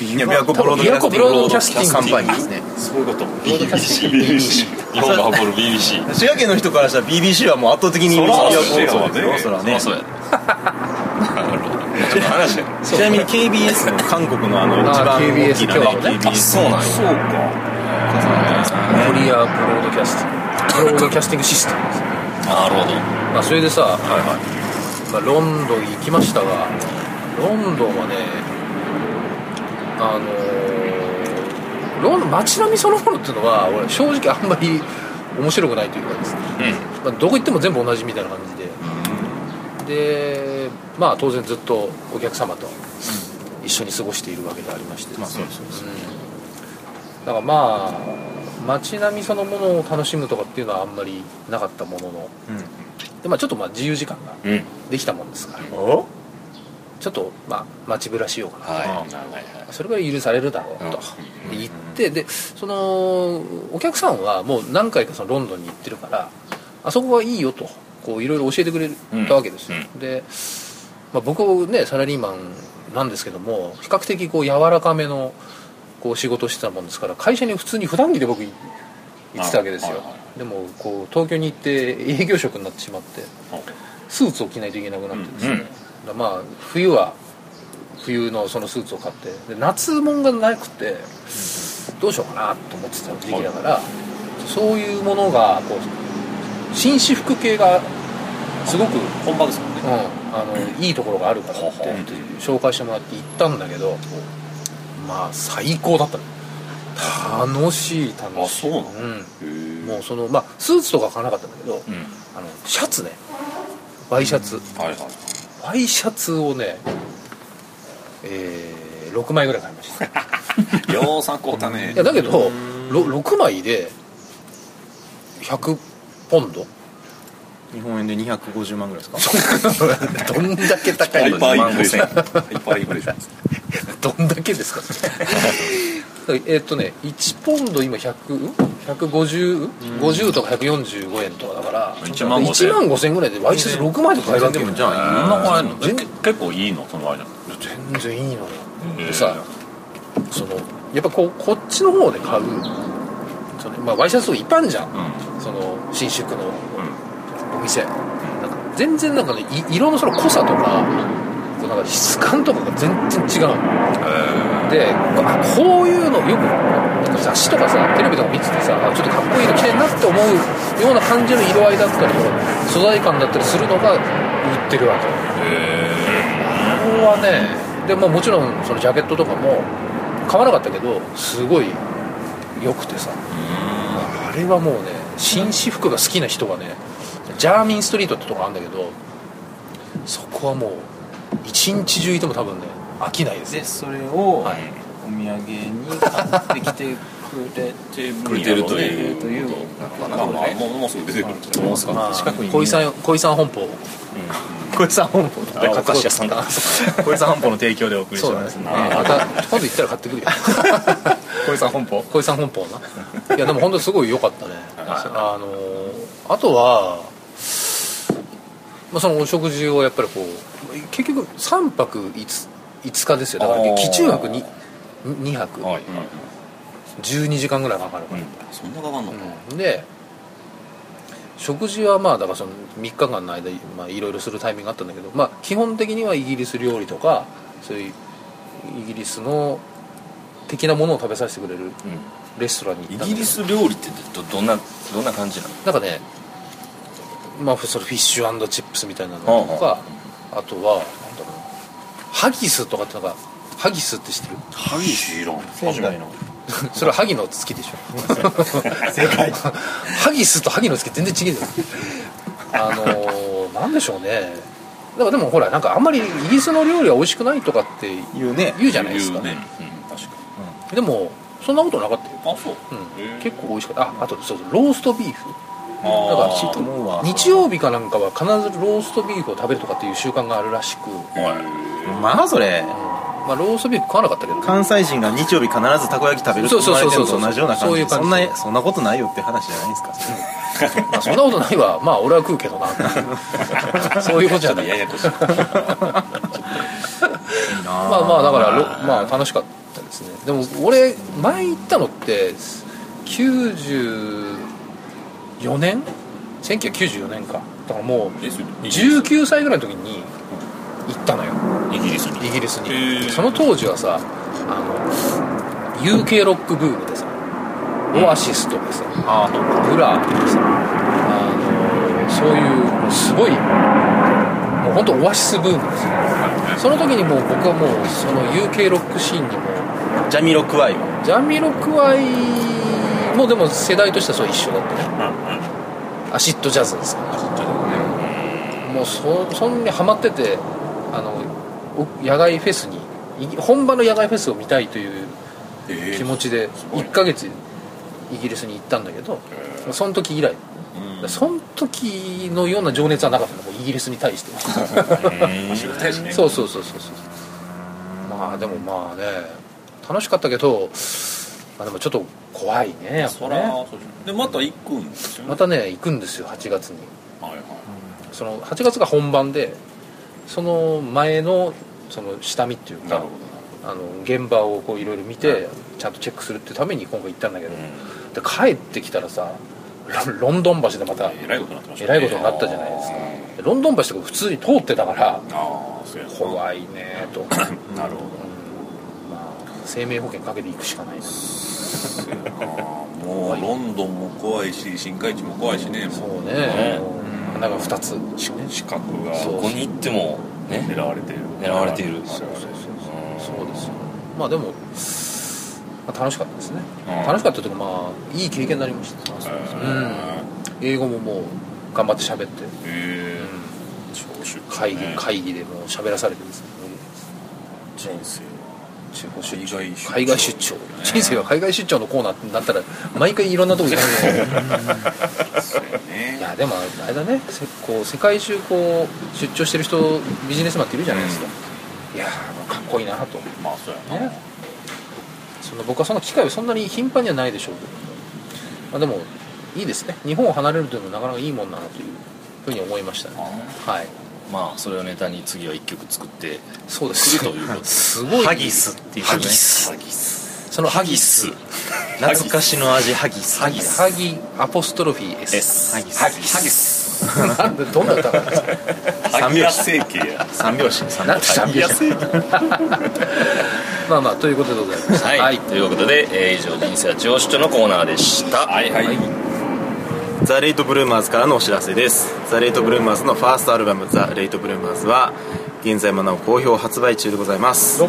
[SPEAKER 5] いや琵琶湖ブロードキ
[SPEAKER 1] 琵
[SPEAKER 5] ャスティング
[SPEAKER 1] 琶湖ブロードキャスティング
[SPEAKER 5] カンパニーですね
[SPEAKER 2] そういうこと
[SPEAKER 1] BBC
[SPEAKER 3] BBC 日本が誇る BBC
[SPEAKER 5] 滋賀県の人からしたら BBC はもう圧倒的に
[SPEAKER 2] そ
[SPEAKER 5] 琵琶
[SPEAKER 2] ら
[SPEAKER 5] 湖放送ですよそ
[SPEAKER 2] そう
[SPEAKER 5] ら
[SPEAKER 2] や
[SPEAKER 5] ね
[SPEAKER 3] そうやなるほどちょっと話や
[SPEAKER 5] ちなみに KBS の韓国のあの
[SPEAKER 1] あー
[SPEAKER 5] 一
[SPEAKER 1] KBS
[SPEAKER 5] 番大きな
[SPEAKER 1] 京都ね
[SPEAKER 5] ね KBS
[SPEAKER 3] そうなんや
[SPEAKER 2] そうか
[SPEAKER 1] コリアブロードキャスティングブロードキャスティングシステムですね
[SPEAKER 3] なるほど
[SPEAKER 1] まあ、それでさ、まあ、ロンドン行きましたがロンドンはねあのーロンドン街並みそのものっていうのは俺正直あんまり面白くないというかですね、まあ、どこ行っても全部同じみたいな感じで、でまあ当然ずっとお客様と一緒に過ごしているわけでありまして、
[SPEAKER 5] まあそうですそうです
[SPEAKER 1] だからまあ街並みそのものを楽しむとかっていうのはあんまりなかったものので、まあ、ちょっとまあ自由時間が
[SPEAKER 3] うん
[SPEAKER 1] できたもんですから
[SPEAKER 5] うんお
[SPEAKER 1] ちょっとまあ街ぶらしようかな
[SPEAKER 3] は
[SPEAKER 1] それぐらい許されるだろうと
[SPEAKER 3] うん
[SPEAKER 1] で行ってでそのお客さんはもう何回かそのロンドンに行ってるからあそこはいいよとこういろいろ教えてくれたわけですよ、で、まあ、僕ねサラリーマンなんですけども比較的こう柔らかめのこう仕事してたもんですから会社に普通に普段着で僕行ってたわけですよ、
[SPEAKER 2] はいはいは
[SPEAKER 1] でもこう東京に行って営業職になってしまってスーツを着ないといけなくなってですね、
[SPEAKER 3] うんうん
[SPEAKER 1] だからまあ冬は冬のそのスーツを買ってで夏物がなくてどうしようかなと思ってた時期だから、そういうものがこう紳士服系がすごく、うん、
[SPEAKER 2] 本場ですもんね
[SPEAKER 1] あのいいところがあるからって
[SPEAKER 2] ほうほ
[SPEAKER 1] 紹介してもらって行ったんだけどまあ最高だったね楽しい楽
[SPEAKER 2] あ
[SPEAKER 1] し
[SPEAKER 2] そ
[SPEAKER 1] いう
[SPEAKER 2] なの
[SPEAKER 1] うん、もうそのまあスーツとか買わなかったんだけど、
[SPEAKER 3] いうん
[SPEAKER 1] あのシャツねワイシャツ、
[SPEAKER 2] はいはい
[SPEAKER 1] ワイシャツをね、えー、6枚ぐらい買いま したい
[SPEAKER 2] ようさんこうたね
[SPEAKER 1] やだけどろ6枚で100ポンド
[SPEAKER 5] 日本円で250万ぐらいですか
[SPEAKER 1] どんだけ高
[SPEAKER 2] ハ
[SPEAKER 1] い
[SPEAKER 2] イ
[SPEAKER 1] の
[SPEAKER 2] パ
[SPEAKER 1] に
[SPEAKER 2] ーイン フレーションハイパーインフレーションです
[SPEAKER 1] どんだけ ですかえーっとね1ポンド今100150、50とか145円とかだから
[SPEAKER 3] 1万5000
[SPEAKER 1] 1万5000円ぐらいでワイシャツ6枚とか買えたわけよ
[SPEAKER 5] じゃあ
[SPEAKER 3] そんな買えんの
[SPEAKER 2] 全結構いいのそのワイじゃん
[SPEAKER 1] 全然いいのよでさそのやっぱこうこっちの方で買うその、まあ、ワイシャツとか一般じゃん、その新宿のお店、なんか全然なんかねい色のその濃さとかこうなんか質感とかが全然違うのであこういうのよくなんか雑誌とかさテレビとか見ててさあちょっとかっこいいの着てんなって思うような感じの色合いだったり素材感だったりするのが売ってるわけここはねで、まあ、もちろんそのジャケットとかも買わなかったけどすごい良くてさあれはもうね紳士服が好きな人がねジャーミンストリートってとこあるんだけどそこはもう一日中いても多分ね飽きないですね
[SPEAKER 5] でそれをお土
[SPEAKER 1] はい
[SPEAKER 5] 産に買ってきてくれて
[SPEAKER 3] くれてると
[SPEAKER 5] くれ
[SPEAKER 3] いう
[SPEAKER 5] てるという
[SPEAKER 2] まあまあもうもうすぐ出てくるんじゃないですか
[SPEAKER 5] あ近くにね
[SPEAKER 1] 小井さん小井さん本舗
[SPEAKER 5] 小井さん本舗
[SPEAKER 1] あお菓子屋
[SPEAKER 5] さ んだ小井さん本舗の提供でお送りし
[SPEAKER 1] そ
[SPEAKER 5] て
[SPEAKER 1] うだね
[SPEAKER 5] ます
[SPEAKER 1] また今度行ったら買ってくる よ
[SPEAKER 5] 小井さん本舗
[SPEAKER 1] 小井さん本舗ないやでも本当すごい良かったねあのーあとは、まあ、そのお食事をやっぱりこう結局3泊 5, 5日ですよだから
[SPEAKER 2] あー
[SPEAKER 1] 基中泊 2, 2泊
[SPEAKER 2] はい
[SPEAKER 1] 12時間ぐらいかかるから、
[SPEAKER 2] そんなかかんのか
[SPEAKER 1] うんで食事はまあだからその3日間の間まあいろいろするタイミングがあったんだけど、まあ、基本的にはイギリス料理とかそういうイギリスの的なものを食べさせてくれる
[SPEAKER 3] うん
[SPEAKER 1] レストランに行
[SPEAKER 3] イ
[SPEAKER 1] ったんだけど
[SPEAKER 3] ギリス料理ってどどんなどんな感じなの
[SPEAKER 1] なんかねまあそれフィッシュチップスみたいなのとか、あとはなんだろうハギスとかってなんかハギスって知ってる
[SPEAKER 2] ハギ知らん
[SPEAKER 5] 仙台の
[SPEAKER 1] それはハギの月でしょ
[SPEAKER 5] 正解
[SPEAKER 1] ハギスとハギの月全然違うじゃんあのー、なんでしょうねだからでもほらなんかあんまりイギリスの料理は美味しくないとかって
[SPEAKER 5] 言うね
[SPEAKER 1] 言うじゃないですか、
[SPEAKER 2] ね、うん、確か
[SPEAKER 1] でもそんなことなかったよ、
[SPEAKER 2] にあそう、
[SPEAKER 1] うん、
[SPEAKER 2] 結
[SPEAKER 1] 結構美味しかったああとそうそうローストビーフ
[SPEAKER 2] 構
[SPEAKER 1] なんか
[SPEAKER 5] 美味しいと思うわ
[SPEAKER 1] 日曜日かなんかは必ずローストビーフを食べるとかっていう習慣があるらしく、
[SPEAKER 5] まあそれ
[SPEAKER 1] まあ、ローストビーフ食わなかったけど
[SPEAKER 5] 関西人が日曜日必ずたこ焼き食べるっ
[SPEAKER 1] そ
[SPEAKER 5] て
[SPEAKER 1] う
[SPEAKER 5] 思
[SPEAKER 1] そう
[SPEAKER 5] わ
[SPEAKER 1] そう
[SPEAKER 5] れて
[SPEAKER 1] そ
[SPEAKER 5] る
[SPEAKER 1] う
[SPEAKER 5] のと同じような
[SPEAKER 1] そ
[SPEAKER 5] 感
[SPEAKER 1] ういう
[SPEAKER 5] じ
[SPEAKER 1] 感
[SPEAKER 5] そ
[SPEAKER 1] じ
[SPEAKER 5] んなそんなことないよって話じゃないですか
[SPEAKER 1] まあ、そんなことないわまあ俺は食うけどなそういうことじゃない
[SPEAKER 2] ややこしい
[SPEAKER 1] まあまあだからろまあ楽しかったですねでも俺前行ったのって94年1994年かだからもう
[SPEAKER 2] ですよ
[SPEAKER 1] 19歳ぐらいの時に行ったのよ
[SPEAKER 2] イギリスに
[SPEAKER 1] イギリスに、
[SPEAKER 2] へー
[SPEAKER 1] その当時はさあの UK ロックブームでさオアシスとかさ、
[SPEAKER 5] ああ
[SPEAKER 1] ブラーとかさあのそういうもうすごいもう本当オアシスブームですよその時にもう僕はもうその UK ロックシーンにもう
[SPEAKER 5] ジャミロクワイ
[SPEAKER 1] ジャミロクワイもでも世代としてはそう一緒だったねアシッドジャズですねもうそそんなにハマっててあのお野外フェスにい本場の野外フェスを見たいという
[SPEAKER 2] え
[SPEAKER 1] 気持ちで1ヶ月イギリスに行ったんだけど、その時以来その時のような情熱はなかったのもうイギリスに対してはそうそうそうそうそうまあでもまあね楽しかったけど、まあ、でもちょっと怖いねやっぱ
[SPEAKER 2] そ
[SPEAKER 1] ね
[SPEAKER 2] らそうでしょでまた行くんですよね
[SPEAKER 1] またね行くんですよ8月に
[SPEAKER 2] はいはい
[SPEAKER 1] その8月が本番でその前のその下見っていう
[SPEAKER 2] なる
[SPEAKER 1] か
[SPEAKER 2] ほ
[SPEAKER 1] あの現場をこういろいろ見てちゃんとチェックするっていうために今回行ったんだけど、で帰ってきたらさロロンドン橋でまた
[SPEAKER 2] どえらいことになってました
[SPEAKER 1] え
[SPEAKER 2] ね
[SPEAKER 1] らいことになったじゃないですかでロンドン橋とか普通に通ってたから
[SPEAKER 2] ああそうやな
[SPEAKER 1] 怖いねと
[SPEAKER 2] なるほ
[SPEAKER 1] まあ生命保険かけていくしかないな
[SPEAKER 2] どもうロンドンも怖いし新海地も怖いしね
[SPEAKER 1] そ
[SPEAKER 2] も
[SPEAKER 1] うね
[SPEAKER 3] ね
[SPEAKER 1] 穴が2つ
[SPEAKER 2] う資格が
[SPEAKER 1] そう
[SPEAKER 3] どこに行ってもね
[SPEAKER 2] 狙われてる
[SPEAKER 3] 狙われている
[SPEAKER 2] そうそうそう
[SPEAKER 1] そうですよまあでも、まあ、楽しかったですね、
[SPEAKER 2] うん
[SPEAKER 1] 楽しかったというかまあいい経験になりましたうん、英語ももう頑張って喋って、
[SPEAKER 2] へえ
[SPEAKER 1] 会議
[SPEAKER 2] ね
[SPEAKER 1] 会議でもう喋らされてですね
[SPEAKER 2] 人生
[SPEAKER 1] 中古出張
[SPEAKER 2] 海外出張
[SPEAKER 1] 海外出張人生は海外出張のコーナーになったら毎回いろんなとこ行かないとい
[SPEAKER 2] ね
[SPEAKER 1] やでもあれだねせこう世界中こう出張してる人ビジネスマンっているじゃないですか、いやーもうかっこいいなと
[SPEAKER 2] まあそうやな
[SPEAKER 1] ねそんな僕はその機会はそんなに頻繁にはないでしょうけど、まあ、でもいいですね日本を離れるというのはなかなかいいもんだなというふうに思いましたねはい
[SPEAKER 3] まあそれをネタに次は一曲作って
[SPEAKER 1] そうです
[SPEAKER 3] 来るということです
[SPEAKER 1] ごい
[SPEAKER 5] ハギスっていうね
[SPEAKER 1] ハギスそのハギス
[SPEAKER 5] 懐かしの味ハギスハギ
[SPEAKER 1] ハギアポストロフィー S,
[SPEAKER 5] ハギス
[SPEAKER 3] ハギス
[SPEAKER 1] なんでどんな歌なんですか
[SPEAKER 2] ハギヤ整形や
[SPEAKER 5] 三拍子三
[SPEAKER 1] なん
[SPEAKER 5] 拍
[SPEAKER 1] て
[SPEAKER 5] 子
[SPEAKER 1] 三拍子 まあまあということでございました
[SPEAKER 3] はい、
[SPEAKER 1] はい
[SPEAKER 3] ということで、えー以上「人生は上司と」のコーナーでした
[SPEAKER 2] はいはい
[SPEAKER 3] はい
[SPEAKER 5] ザ・レイト・ブルーマーズからのお知らせですザ・レイト・ブルーマーズのファーストアルバム「ザ・レイト・ブルーマーズは現在もなお好評発売中でございます
[SPEAKER 1] ろっ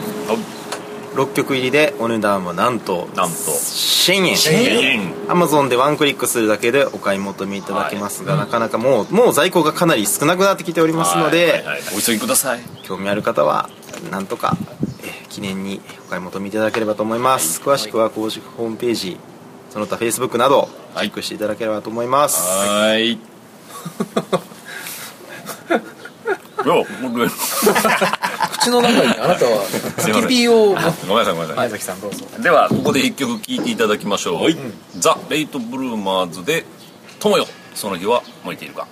[SPEAKER 5] 6曲入りでお値段はなんと
[SPEAKER 2] なんと
[SPEAKER 5] 1000円
[SPEAKER 2] 1000円
[SPEAKER 5] アマゾンでワンクリックするだけでお買い求めいただけますが、なかなかもうもう在庫がかなり少なくなってきておりますので、
[SPEAKER 3] はいはいはいお急ぎください
[SPEAKER 5] 興味ある方はなんとかえー記念にお買い求めいただければと思います、詳しくは公式ホームページその他 Facebook などチェックしていただければと思います、
[SPEAKER 3] はい
[SPEAKER 2] ようもう一
[SPEAKER 1] 口の中にあなたは
[SPEAKER 3] すいません
[SPEAKER 1] 焚き火を
[SPEAKER 3] ごめんなさいごめんなさい、
[SPEAKER 5] 崎さんどうぞ
[SPEAKER 3] ではここで一曲聴いていただきましょう、ザ・レイト・ブルーマーズで「友よその日は燃えているか」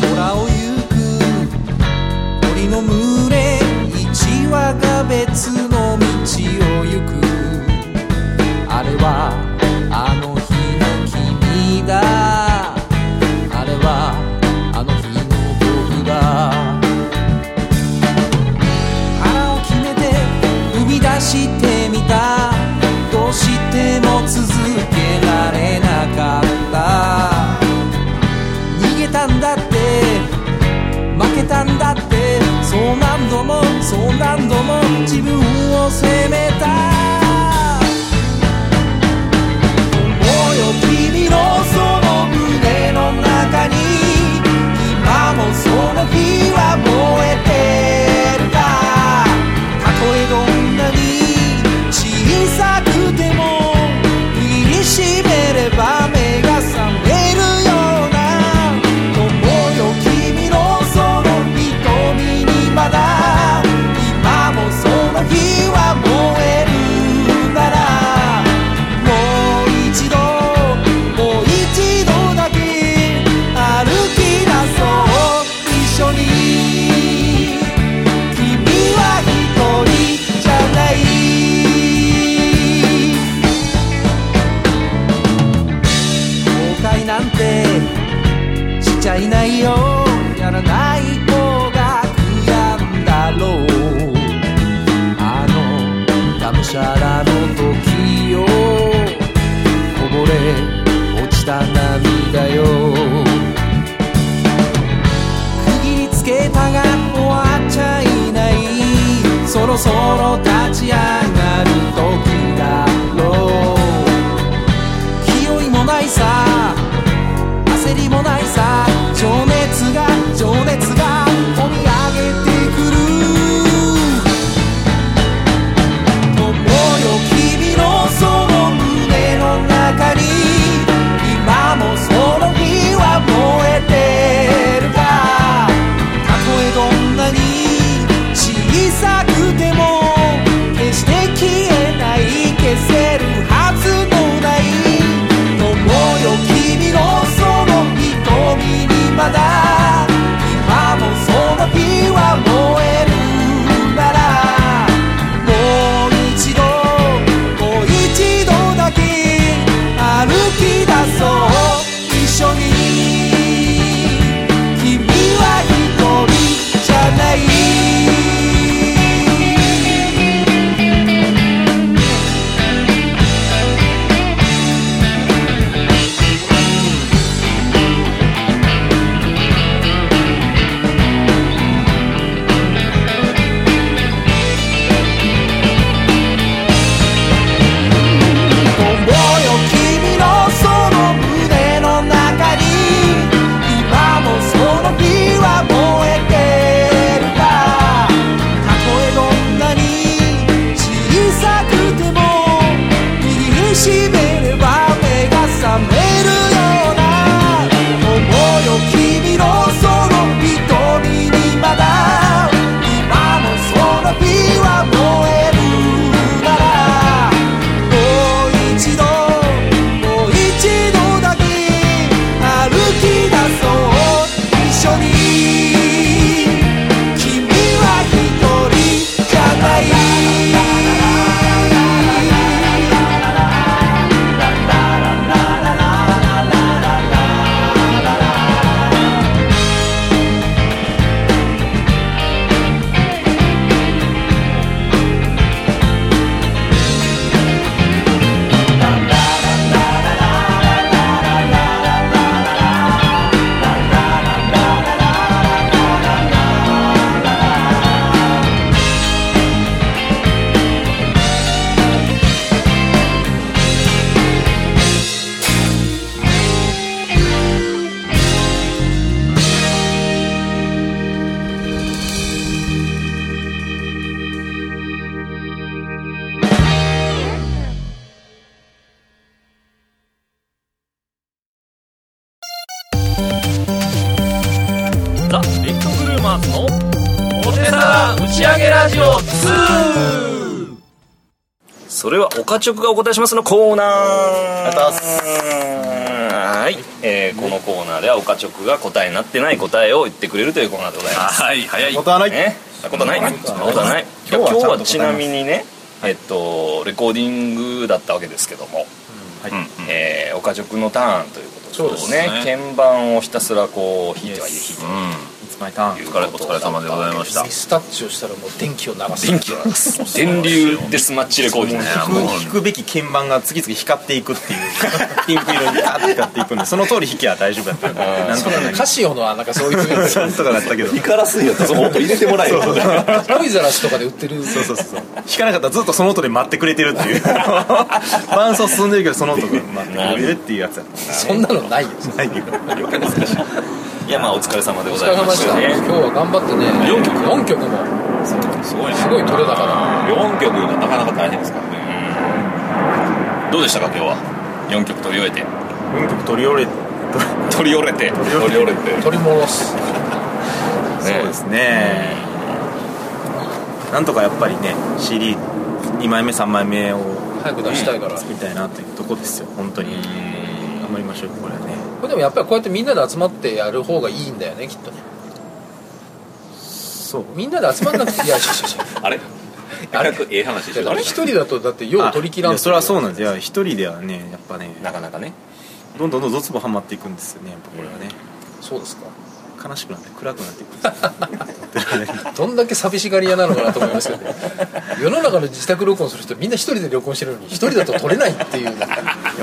[SPEAKER 4] 空を行く鳥の群れ一羽が別の道なんだってそう何度もそう何度も自分を責めた思うよ君のその胸の中に今もその日は燃えてるかたとえどんなに小さくても握りしめれば目が覚めるような思うよ君のその瞳にまだ今もその日は燃えるならもう一度もう一度だけ歩き出そう一緒に君は一人じゃない後悔なんてしちゃいないよやらない方が悔やんだろうあのがむしゃらの時よこぼれ落ちた涙よ区切りつけたが終わっちゃいないそろそろ立ち上がる時だろう気負いもないさ焦りもないさ情熱が情熱が込み上げてくる「思うよ君のその胸の中に」「今もその日は燃えてるが」「たとえどんなに小さくても」「決して消えない消せるはずもない」「思うよ君のその瞳にまだ」「今もその日は燃えるなら」「もう一度もう一度だけ歩き出そう一緒に」「君は一人じゃない」「君のその胸の中に」「今もその日は燃えてるか」「たとえどんなに小さくても」「握りしめれば目が覚めるような」「思うよ君のその瞳にまだ」「今もその日は燃えるなら」もう一度もう一度だけ歩き出そう一緒に君は一人じゃない
[SPEAKER 2] ザ・ビッグブルーマーズの
[SPEAKER 3] お手皿打ち上げラジオ2それはオカチョクがお答えしますのコーナーあ
[SPEAKER 5] りがとうございます
[SPEAKER 3] はい、えーこのコーナーではオカチョクが答えになってない答えを言ってくれるというコーナーでございます
[SPEAKER 2] はい早い
[SPEAKER 5] 元はない
[SPEAKER 3] ねそんなことないそんなことない
[SPEAKER 5] 今
[SPEAKER 3] 今
[SPEAKER 5] 日は
[SPEAKER 3] 日
[SPEAKER 5] ちゃんと
[SPEAKER 3] はちなみにねえっとレコーディングだったわけですけども、
[SPEAKER 2] うんうん
[SPEAKER 3] えー、岡塾のターンということで
[SPEAKER 5] そうです
[SPEAKER 2] ね
[SPEAKER 3] 鍵盤をひたすらこう弾いては
[SPEAKER 5] イエ
[SPEAKER 3] 弾いては
[SPEAKER 5] ス
[SPEAKER 2] うん
[SPEAKER 5] いつマイターン
[SPEAKER 2] お疲れお疲れ様でございました
[SPEAKER 1] ミスタッチをしたらもう電気を流す
[SPEAKER 3] 電気を流す電流デスマッチレコーディング
[SPEAKER 2] そう
[SPEAKER 5] 弾く弾くべき鍵盤が次々光っていくっていう ピンク色にガーッて光っていくんでその通り弾きは大丈夫だったんでなんとか なり
[SPEAKER 1] カシオのはなんかそういうやつ
[SPEAKER 5] なんとかなったけど
[SPEAKER 2] 光らすんやったらその音入れてもらえよ
[SPEAKER 1] ノイザラスとかで売ってる
[SPEAKER 5] そうそうそうそう弾かなかったらずっとその音で待ってくれてるっていう 伴奏進んでるけどその音で待ってくれるっていうやつやった
[SPEAKER 1] そんなのないよ
[SPEAKER 5] ないけど
[SPEAKER 2] いやまあお疲れ様でご
[SPEAKER 1] お疲
[SPEAKER 2] ざ
[SPEAKER 1] れ
[SPEAKER 2] い
[SPEAKER 1] 様
[SPEAKER 2] ま
[SPEAKER 1] で
[SPEAKER 2] し
[SPEAKER 1] したた
[SPEAKER 2] ね
[SPEAKER 1] 今日は頑張ってね
[SPEAKER 2] 四曲
[SPEAKER 1] 4曲も
[SPEAKER 2] すごいね
[SPEAKER 1] すごい取れたから
[SPEAKER 2] 4曲がなかなか大変ですからね
[SPEAKER 3] どうでしたか今日は4曲取り終えて
[SPEAKER 5] 音曲取り折れ
[SPEAKER 3] 取り終えて取り終えて
[SPEAKER 1] 取り戻す
[SPEAKER 5] そうですねなんとかやっぱりね CD2 枚目3枚目を
[SPEAKER 1] 早く出したいから
[SPEAKER 5] 作りたいなというとこですよ本当に頑張りましょうこれはね
[SPEAKER 1] これでもやっぱりこうやってみんなで集まってやる方がいいんだよねきっとね
[SPEAKER 5] そう
[SPEAKER 1] みんなで集まんなくていやいやいやいや
[SPEAKER 2] あれあれええ話して
[SPEAKER 1] いや
[SPEAKER 2] た
[SPEAKER 1] あれ一人だとだって用を取り切ら
[SPEAKER 5] あい
[SPEAKER 1] ん
[SPEAKER 5] やそれはそううなんですいや一人ではねやっぱね
[SPEAKER 3] なかなかね
[SPEAKER 5] どんどんどんどんドツボはまっていくんですよねやっぱこれはね
[SPEAKER 1] そうですか
[SPEAKER 5] 悲しくなって暗くなっていくん ですよだからね
[SPEAKER 1] どんだけ寂しがり屋なのかなと思いますけどね 世の中の自宅録音する人みんな一人で録音してるのに一人だと撮れないっていう
[SPEAKER 5] いや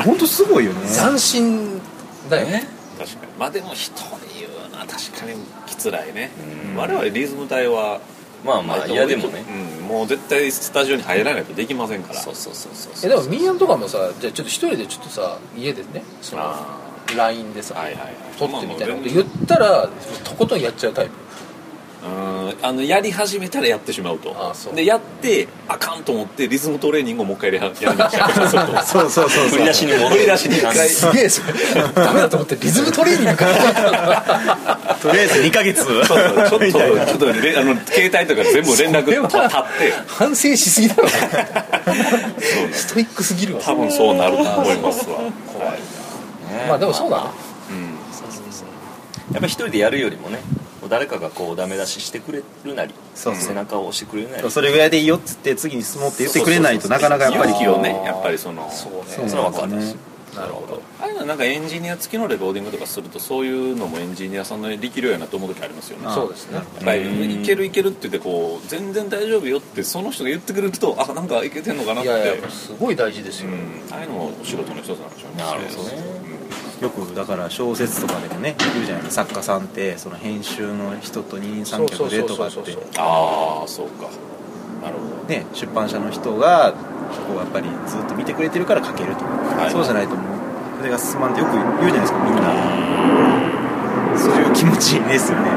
[SPEAKER 5] 本当すごいよね
[SPEAKER 1] 斬新だよね
[SPEAKER 2] 確かにまあでも一人言うのは確かにきつらいね我々リズム隊は
[SPEAKER 3] まあまあいやでもね、
[SPEAKER 2] うん、もう絶対スタジオに入らないとできませんから
[SPEAKER 3] そうそうそうそう
[SPEAKER 1] えでもみーやんとかもさじゃあちょっと一人でちょっとさ家でねその
[SPEAKER 2] あ
[SPEAKER 1] LINE でさ、
[SPEAKER 2] はいはいはい
[SPEAKER 1] 撮ってみたいなこと
[SPEAKER 2] まあ
[SPEAKER 1] 言ったらとことんやっちゃうタイプ
[SPEAKER 2] うんあのやり始めたらやってしまうと
[SPEAKER 1] あそう
[SPEAKER 2] でやってあかんと思ってリズムトレーニングをもう一回やりやりましたそうすると
[SPEAKER 5] そうそうそう
[SPEAKER 3] 振
[SPEAKER 5] そう
[SPEAKER 3] り出しに戻
[SPEAKER 2] 振り
[SPEAKER 3] る
[SPEAKER 2] 出しに一回
[SPEAKER 1] すげえそれダメだと思ってリズムトレーニングか
[SPEAKER 5] とりあえず2ヶ月
[SPEAKER 2] そうそうちょっとちょっとれあの携帯とか全部連
[SPEAKER 1] それ
[SPEAKER 2] 絡
[SPEAKER 1] は
[SPEAKER 2] た立って
[SPEAKER 1] 反省しすぎだろストイックすぎるわ
[SPEAKER 2] 多分そうなると思いますわはい
[SPEAKER 1] まあでもそうだね
[SPEAKER 2] うん
[SPEAKER 3] やっぱ一人でやるよりもねこう誰かがこうダメ出ししてくれるなり
[SPEAKER 5] そうそう
[SPEAKER 3] 背中を押してくれるなり
[SPEAKER 5] それぐらいでいいよっつって次に進もうって言ってくれないとなかなかやっぱり
[SPEAKER 2] 勇気をねやっぱりその
[SPEAKER 3] それは分かるし
[SPEAKER 1] なるほど
[SPEAKER 2] ああいうのなんかエンジニア付きのレコーディングとかするとそういうのもエンジニアさんの力量やなと思う時ありますよね
[SPEAKER 5] あ
[SPEAKER 2] や
[SPEAKER 5] ー
[SPEAKER 1] そうですね
[SPEAKER 2] っぱりいけるいけるって言ってこう全然大丈夫よってその人が言ってくれるとあなんかいけてんのかなっ
[SPEAKER 1] い
[SPEAKER 2] て
[SPEAKER 1] やいやすごい大事です
[SPEAKER 2] う
[SPEAKER 1] よ、
[SPEAKER 2] んああいうのもお仕事の一つなんでしょうね
[SPEAKER 3] なるほどね
[SPEAKER 5] よくだから小説とかでもね言うじゃないですか作家さんってその編集の人と二人三脚でとかっ
[SPEAKER 1] そうそうそう
[SPEAKER 5] て
[SPEAKER 1] そう
[SPEAKER 2] ああそうかなるほど
[SPEAKER 5] ね出版社の人がこうやっぱりずっと見てくれてるから書けると、
[SPEAKER 2] い
[SPEAKER 5] そうじゃないともう筆が進まんってよく言うじゃないですかみんなそういう気持ちですよ ね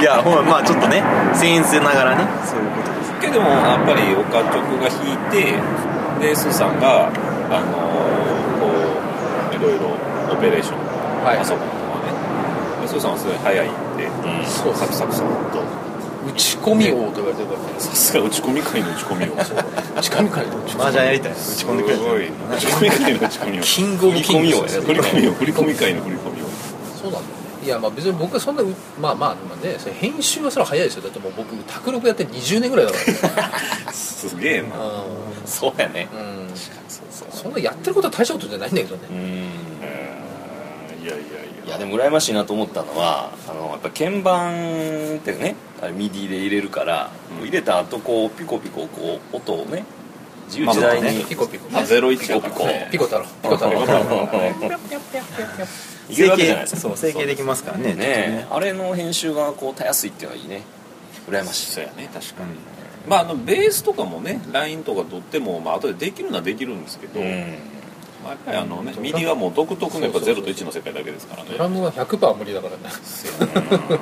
[SPEAKER 5] いやほんままあちょっとね僭越ながらねそういうことです
[SPEAKER 2] けどもやっぱり岡直が弾いてでスーさんがあのこういろいろオペレーション
[SPEAKER 1] はい
[SPEAKER 2] パソコンとかねでスーさんはすごい早いんで、
[SPEAKER 1] そうです
[SPEAKER 2] サクサクサクっと
[SPEAKER 1] 打ち込み王と言われてるから
[SPEAKER 2] さすが打ち込み界の打ち込 みを
[SPEAKER 1] 打ち込み会打ち
[SPEAKER 5] 麻
[SPEAKER 1] 込み
[SPEAKER 5] 雀やりたい打ち込んでくれ
[SPEAKER 2] すごい打ち込み界の打ち込みを
[SPEAKER 1] キングオブキング
[SPEAKER 2] 振り込みを振り込み界の振り込みを
[SPEAKER 1] そうなんだよねいやまあ別に僕はそんなうまあまあまあねそれ編集はそれは早いですよだってもう僕卓録やって20年ぐらいだか
[SPEAKER 2] すげ えな
[SPEAKER 1] ら
[SPEAKER 3] そうやね
[SPEAKER 1] うん、うん、
[SPEAKER 2] そうそう
[SPEAKER 1] そんなやってることは大したことじゃないんだけどね
[SPEAKER 3] うん
[SPEAKER 2] いやいや
[SPEAKER 3] いやでも羨ましいなと思ったのはあのやっぱ鍵盤ってねあれミディで入れるから、入れた後こうピコピコこう音をね自由自在に、
[SPEAKER 1] ピコピコ
[SPEAKER 2] あゼロ一
[SPEAKER 3] ピコピコ
[SPEAKER 1] ピコ太郎ピコ太郎
[SPEAKER 3] いけるわけじゃないですか
[SPEAKER 5] そう整形できますからね
[SPEAKER 3] ねえあれの編集がこうたやすいっていうのはいいね羨ましい
[SPEAKER 2] そうやね確
[SPEAKER 5] ちょ
[SPEAKER 2] か
[SPEAKER 5] っ
[SPEAKER 2] に
[SPEAKER 5] とね
[SPEAKER 2] まああのベースとかもねラインとか取ってもまあ後でできるのはできるんですけど、
[SPEAKER 3] うん
[SPEAKER 2] まあ、やっぱりあのねミディはもう独特のやっぱゼロと1の世界だけですからね
[SPEAKER 1] ドラムは100%無理だからね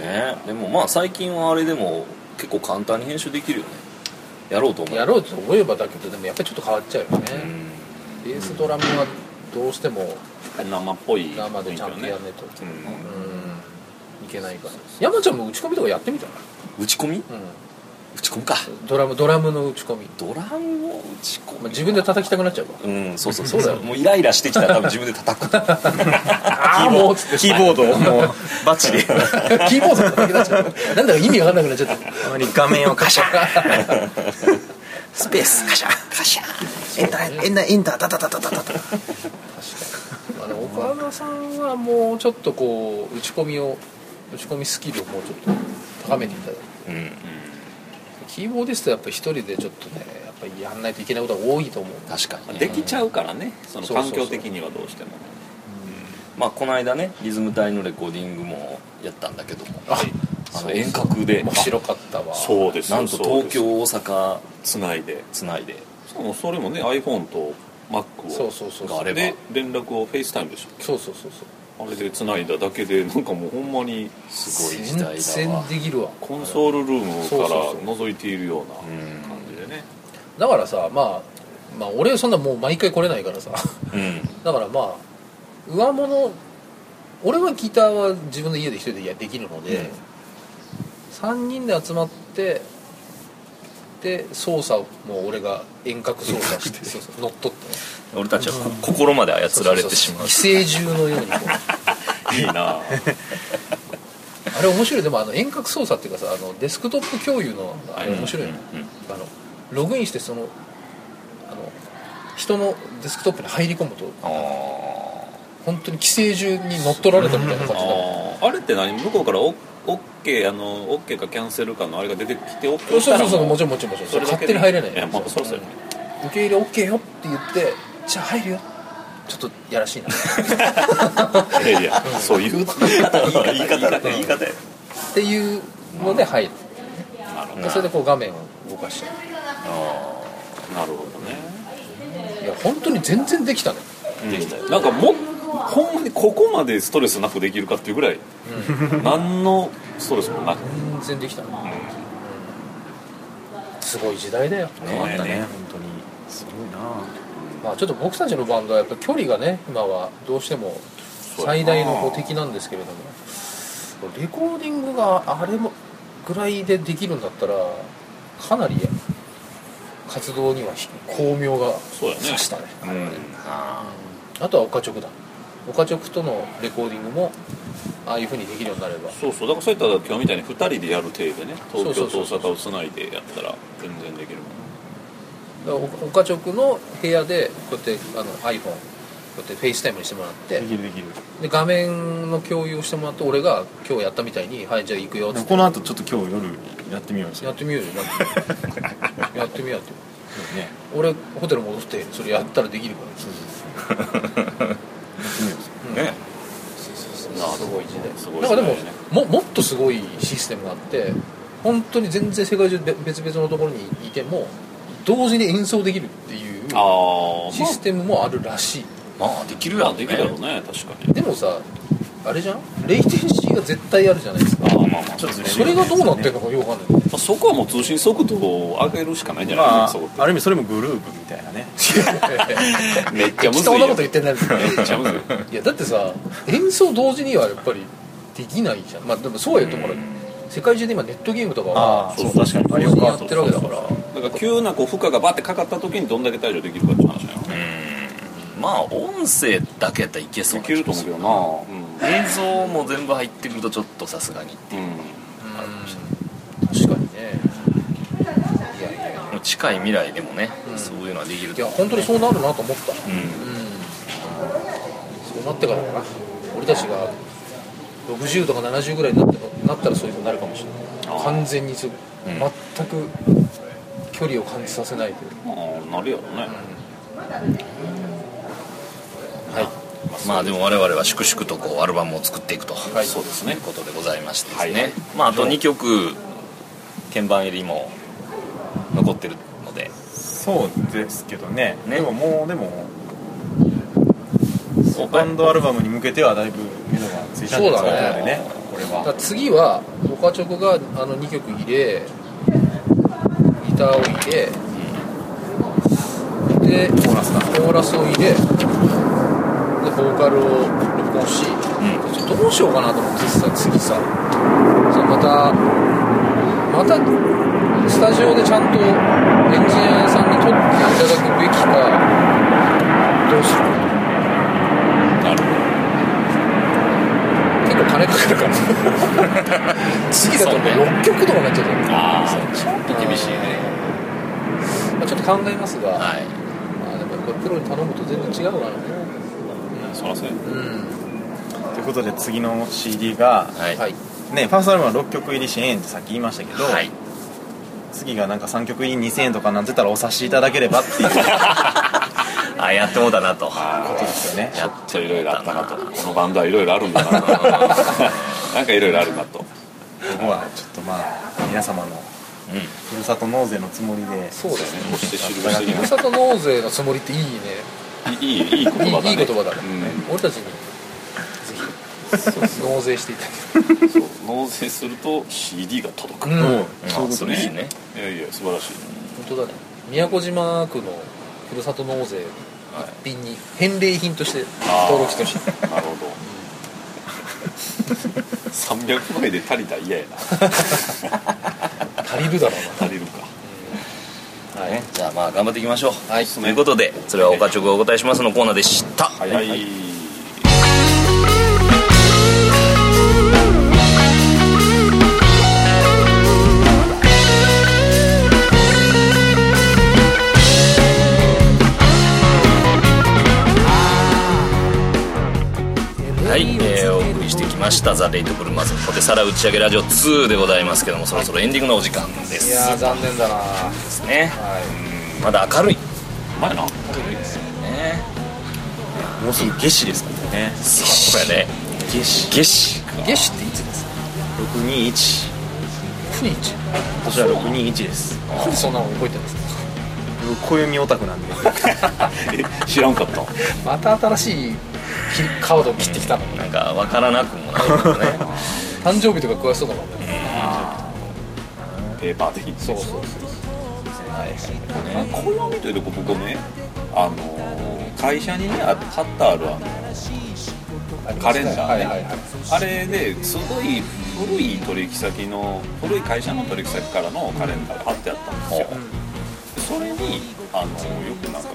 [SPEAKER 3] ねでもまあ最近はあれでも結構簡単に編集できるよねやろうと思う
[SPEAKER 1] やろうと思えばだけどでもやっぱりちょっと変わっちゃうよね、
[SPEAKER 3] うん
[SPEAKER 1] ベースドラムはどうしても
[SPEAKER 2] 生っぽい
[SPEAKER 1] 生でちゃんとやん
[SPEAKER 2] 雰
[SPEAKER 1] ねえと、
[SPEAKER 2] 囲気のね
[SPEAKER 1] うんいけないから山ちゃんも打ち込みとかやってみたら、
[SPEAKER 3] 打ち込み
[SPEAKER 1] う
[SPEAKER 3] 打ち込みか
[SPEAKER 1] ん、ドラムドラムの打ち込み、
[SPEAKER 3] ドラムを打ち込
[SPEAKER 1] まあ、
[SPEAKER 3] む
[SPEAKER 1] 自分で叩きたくなっちゃうから
[SPEAKER 3] うんそうそう
[SPEAKER 1] そうだよ
[SPEAKER 3] もうイライラしてきたら多分自分で叩く
[SPEAKER 1] ああもうっつって
[SPEAKER 5] キーボードをも うバチでた
[SPEAKER 1] キーボード叩きなっちゃうなんだか意味わかんなくなっちゃった
[SPEAKER 5] まに画面を カシャ
[SPEAKER 3] スペースカシャカシャ
[SPEAKER 5] エンターエンターエンタータタタタタタ
[SPEAKER 1] まあね岡山さんはもうちょっとこう打ち込みを打ち込みスキルをもうちょっと高めていただいて
[SPEAKER 3] うん
[SPEAKER 1] キーボーディストはやっぱ一人でちょっとねやっぱりやんないといけないことが多いと思う
[SPEAKER 3] 確かに、
[SPEAKER 2] まあ
[SPEAKER 3] ね、
[SPEAKER 2] できちゃうからねその
[SPEAKER 1] そうそうそ
[SPEAKER 2] 環
[SPEAKER 1] う
[SPEAKER 2] 境的にはどうしても
[SPEAKER 3] まあこの間ねリズム隊のレコーディングもやったんだけども
[SPEAKER 1] あ
[SPEAKER 3] あの遠隔で
[SPEAKER 1] 面白かったわ
[SPEAKER 2] そうです
[SPEAKER 3] なんと東京大阪
[SPEAKER 2] つないで
[SPEAKER 3] つないで
[SPEAKER 2] しかもそれもね iPhone と Mac を
[SPEAKER 1] そうそうそうそう
[SPEAKER 3] があれば
[SPEAKER 2] で連絡を FaceTime でし
[SPEAKER 1] そうそうそうそう
[SPEAKER 2] ょあれでつないだだけでなんかもうほんまに
[SPEAKER 3] すごい時
[SPEAKER 1] 全
[SPEAKER 3] 代だわ
[SPEAKER 1] 然できるわ
[SPEAKER 2] コンソールルームから
[SPEAKER 1] そうそう
[SPEAKER 2] 覗いているような
[SPEAKER 3] うん
[SPEAKER 2] 感じでね
[SPEAKER 1] だからさまあまあ俺そんなもう毎回来れないからさ
[SPEAKER 3] うん
[SPEAKER 1] だからまあ上物俺はギターは自分の家で一人でいやできるので、三3人で集まってで操作をもう俺が遠隔操作してそうそう乗っ取ってね
[SPEAKER 3] 俺たちはこ心まで操られてしまう
[SPEAKER 1] 寄生獣のようにこう
[SPEAKER 2] いいな
[SPEAKER 1] あれ面白いでもあの遠隔操作っていうかさあのデスクトップ共有のあれ面白いよね、
[SPEAKER 3] うんうん
[SPEAKER 1] あのログインしてそのあの人のデスクトップに入り込むと
[SPEAKER 3] あ
[SPEAKER 1] 本当に寄生獣に乗っ取られたみたいな感じになる
[SPEAKER 2] あーあれって何向こうからオッケーあのオッケーかキャンセルかのあれが出てきて OK
[SPEAKER 1] そうそうそうもちろ
[SPEAKER 2] ろん
[SPEAKER 1] んもちろんもちろんそれ勝手に入れない
[SPEAKER 2] いやまあそうですよね
[SPEAKER 1] 受け入れ OK よって言ってじゃあ入るよちょっとやらしい なっ
[SPEAKER 2] いやいやそういう言い方言い方言い方や
[SPEAKER 1] ていうので入る
[SPEAKER 2] なるほ
[SPEAKER 1] でそれでこう画面を動かして
[SPEAKER 2] どなるほどね
[SPEAKER 1] いや本当に全然できたね
[SPEAKER 2] うんなんかもほんまにここまでストレスなくできるかっていうぐらい、何のストレスもなく
[SPEAKER 1] 全然できたね、すごい時代だよ
[SPEAKER 3] 変わったね
[SPEAKER 5] 本当にすごいな
[SPEAKER 1] まあ、ちょっと僕たちのバンドはやっぱ距離がね今はどうしても最大のこう敵なんですけれどもレコーディングがあれもぐらいでできるんだったらかなり活動には巧妙が
[SPEAKER 2] そうやね
[SPEAKER 1] さしたね
[SPEAKER 3] ーうん
[SPEAKER 1] あとは岡直だ岡直とのレコーディングもああいうふうにできるようになれば
[SPEAKER 2] そうそうだからそういったら今日みたいに2人でやる体でね東京と
[SPEAKER 1] そう
[SPEAKER 2] 大
[SPEAKER 1] そうそう
[SPEAKER 2] 阪をつないでやったら全然できるもん
[SPEAKER 1] だからお岡直の部屋でこうやってあの iPhone こうやってフェイスタイムにしてもらって
[SPEAKER 5] できるできる
[SPEAKER 1] で画面の共有をしてもらって俺が今日やったみたいに「はいじゃあ行くよ」っつ
[SPEAKER 5] で
[SPEAKER 1] って
[SPEAKER 5] もこの後ちょっと今日夜やってみよう
[SPEAKER 1] やってみようよなんか やってみようって
[SPEAKER 5] ね
[SPEAKER 1] 俺ホテル戻ってそれやったらできるから す
[SPEAKER 2] ね
[SPEAKER 5] やってみよう
[SPEAKER 1] ごい時代
[SPEAKER 2] すごい
[SPEAKER 1] なんかでも
[SPEAKER 2] 時代ね
[SPEAKER 1] ももっとすごいシステムがあって本当に全然世界中で別々のところにいても同時に演奏できるっていう
[SPEAKER 2] あー、
[SPEAKER 1] システムもあるらしい
[SPEAKER 3] まあできる
[SPEAKER 2] ま
[SPEAKER 3] や
[SPEAKER 2] あ、
[SPEAKER 3] ん
[SPEAKER 2] で
[SPEAKER 3] ね
[SPEAKER 2] きるやろうね確かに
[SPEAKER 1] でもさあれじゃんレイテンシーが絶対あるじゃないですか
[SPEAKER 2] あーまあまあ
[SPEAKER 5] ちょっとずれる
[SPEAKER 1] それがどうなってるのかよくわかんない
[SPEAKER 2] そこはもう通信速度を上げるしかないんじゃ
[SPEAKER 5] ま
[SPEAKER 2] ないかな、
[SPEAKER 5] あ
[SPEAKER 2] そこ
[SPEAKER 5] ある意味それもグループみたいなね
[SPEAKER 2] めっちゃむ
[SPEAKER 1] 適
[SPEAKER 2] ず
[SPEAKER 1] 当
[SPEAKER 2] い
[SPEAKER 1] な
[SPEAKER 2] よ
[SPEAKER 1] こと言ってないですね
[SPEAKER 2] めっちゃむずい
[SPEAKER 1] いやだってさ演奏同時にはやっぱりできないじゃんまあでもそうやとほら世界中で今ネットゲームとかは
[SPEAKER 5] そう確かに
[SPEAKER 1] あれをやってるわけだから
[SPEAKER 2] だから急なこう負荷がバッてかかった時にどんだけ対処できるかっていう話だよね
[SPEAKER 3] まあ音声だけやったらいけそう
[SPEAKER 2] で
[SPEAKER 3] な
[SPEAKER 2] きると思うけどな
[SPEAKER 3] 映像も全部入ってくるとちょっとさすがに
[SPEAKER 2] うん、うん
[SPEAKER 1] 確かにね
[SPEAKER 3] もう近い未来でもね、そういうのはできる
[SPEAKER 1] い
[SPEAKER 3] と
[SPEAKER 1] や
[SPEAKER 3] 思う
[SPEAKER 1] 本当にそうなるなと思った
[SPEAKER 3] うん
[SPEAKER 1] そうなってからかな俺たちが60とか70ぐらいになってもなったらそういうふうになるかもしれない完全にすぐ
[SPEAKER 3] ん
[SPEAKER 1] 全く距離を感じさせないという
[SPEAKER 2] まあなるやろね、
[SPEAKER 1] はい
[SPEAKER 3] まあでも我々は粛々とこうアルバムを作っていくと、
[SPEAKER 1] はい
[SPEAKER 3] そうですねいうことでございましてですね、
[SPEAKER 2] はいはい
[SPEAKER 3] まああと2曲鍵盤入りも残ってるので
[SPEAKER 5] そうですけどね
[SPEAKER 3] ね
[SPEAKER 5] でももうでも
[SPEAKER 3] そう
[SPEAKER 5] バンドアルバムに向けてはだいぶ目処がついたんじ
[SPEAKER 1] そう
[SPEAKER 5] ゃないです
[SPEAKER 1] だ
[SPEAKER 5] か
[SPEAKER 1] ね
[SPEAKER 5] ねこれ
[SPEAKER 1] だから
[SPEAKER 5] は
[SPEAKER 1] 次はオカチョコがあの2曲入れギターを入れ、でコーラスを入れでボーカルを録音し、どうしようかなと思ってさ次さじゃあまたまたスタジオでちゃんとエンジニアさんに撮っていただくべきかどうするか
[SPEAKER 2] なるほ
[SPEAKER 1] 結
[SPEAKER 2] ど
[SPEAKER 1] 構金かかるから次だとね6曲とかになっちゃうと
[SPEAKER 3] ああちょっと厳しいね
[SPEAKER 1] まあ、ちょっと考えますが、
[SPEAKER 3] はい
[SPEAKER 1] まあ、でもやっぱりプロに頼むと全然違うからね
[SPEAKER 2] そらそうや
[SPEAKER 1] うん
[SPEAKER 5] ということで次の CD が
[SPEAKER 3] はい、
[SPEAKER 1] はい
[SPEAKER 5] ねファーストアルバムは6曲入り1000円ってさっき言いましたけど、
[SPEAKER 3] はい
[SPEAKER 5] 次がなんか3曲入り2000円とかなってたらお察しいただければ っていうこ
[SPEAKER 3] あやってもうたなと
[SPEAKER 5] とですよね
[SPEAKER 3] やっ
[SPEAKER 2] ちょいろいろあったなとこのバンドはいろいろあるんだ なとなんかいろいろあるなと
[SPEAKER 5] ここはちょっとまあ皆様のふるさと納税のつもりで
[SPEAKER 1] そうですね
[SPEAKER 2] そして印して
[SPEAKER 1] ふ
[SPEAKER 2] き
[SPEAKER 1] る
[SPEAKER 2] ま
[SPEAKER 1] さと納税のつもりっていいね
[SPEAKER 2] すいいいい言葉だ
[SPEAKER 1] い
[SPEAKER 2] ね
[SPEAKER 1] いいい言葉だね
[SPEAKER 2] うん
[SPEAKER 1] 俺たちにぜひ納税していただ
[SPEAKER 2] そう納税すると CD が届く、
[SPEAKER 1] きたい
[SPEAKER 5] も
[SPEAKER 1] うん
[SPEAKER 5] う
[SPEAKER 3] まあそれいいね
[SPEAKER 2] いやいや素晴らしい
[SPEAKER 1] 本当だね宮古島区のふるさと納税
[SPEAKER 2] はい
[SPEAKER 1] 一品に返礼品として登録してほしい
[SPEAKER 2] なるほど300枚で足りたら嫌やな
[SPEAKER 1] 足りる だろ
[SPEAKER 2] 足りるか
[SPEAKER 3] はいじゃあまあ頑張っていきましょうはいということでそれは岡直がお答えしますのコーナーでした
[SPEAKER 2] はい、
[SPEAKER 3] はい、えーお送りしてきました「ザ・レイト・ブルマーズポテサラ打ち上げラジオ2」でございますけどもそろそろエンディングのお時間で
[SPEAKER 1] う
[SPEAKER 3] す
[SPEAKER 1] いやー残念だな
[SPEAKER 3] ですね
[SPEAKER 1] は
[SPEAKER 3] うんまだ明るい
[SPEAKER 2] 前な
[SPEAKER 3] ね
[SPEAKER 5] もうすぐ夏至ですからね
[SPEAKER 3] これね
[SPEAKER 5] 夏至
[SPEAKER 3] 夏至
[SPEAKER 1] い夏至っていつですか
[SPEAKER 5] 621
[SPEAKER 1] 9日
[SPEAKER 5] 今年は621です
[SPEAKER 1] なんでそんなの覚えてるんですか
[SPEAKER 5] 僕暦オタクなんで
[SPEAKER 2] え知らんかった
[SPEAKER 1] また新しい切りカードを切ってきたの
[SPEAKER 3] なんか分からなくもないけ どね
[SPEAKER 1] 誕生日とか詳しそうだもんね
[SPEAKER 2] ペーパー的に
[SPEAKER 1] そうそう
[SPEAKER 2] ね暦というとこ僕ねあのー会社にねあ貼ってあるあのカレンダーね、
[SPEAKER 1] はいはいはい
[SPEAKER 2] あれですごい古い取引先の古い会社の取引先からのカレンダーが貼ってあったんですよ、それにあのよくなんかこ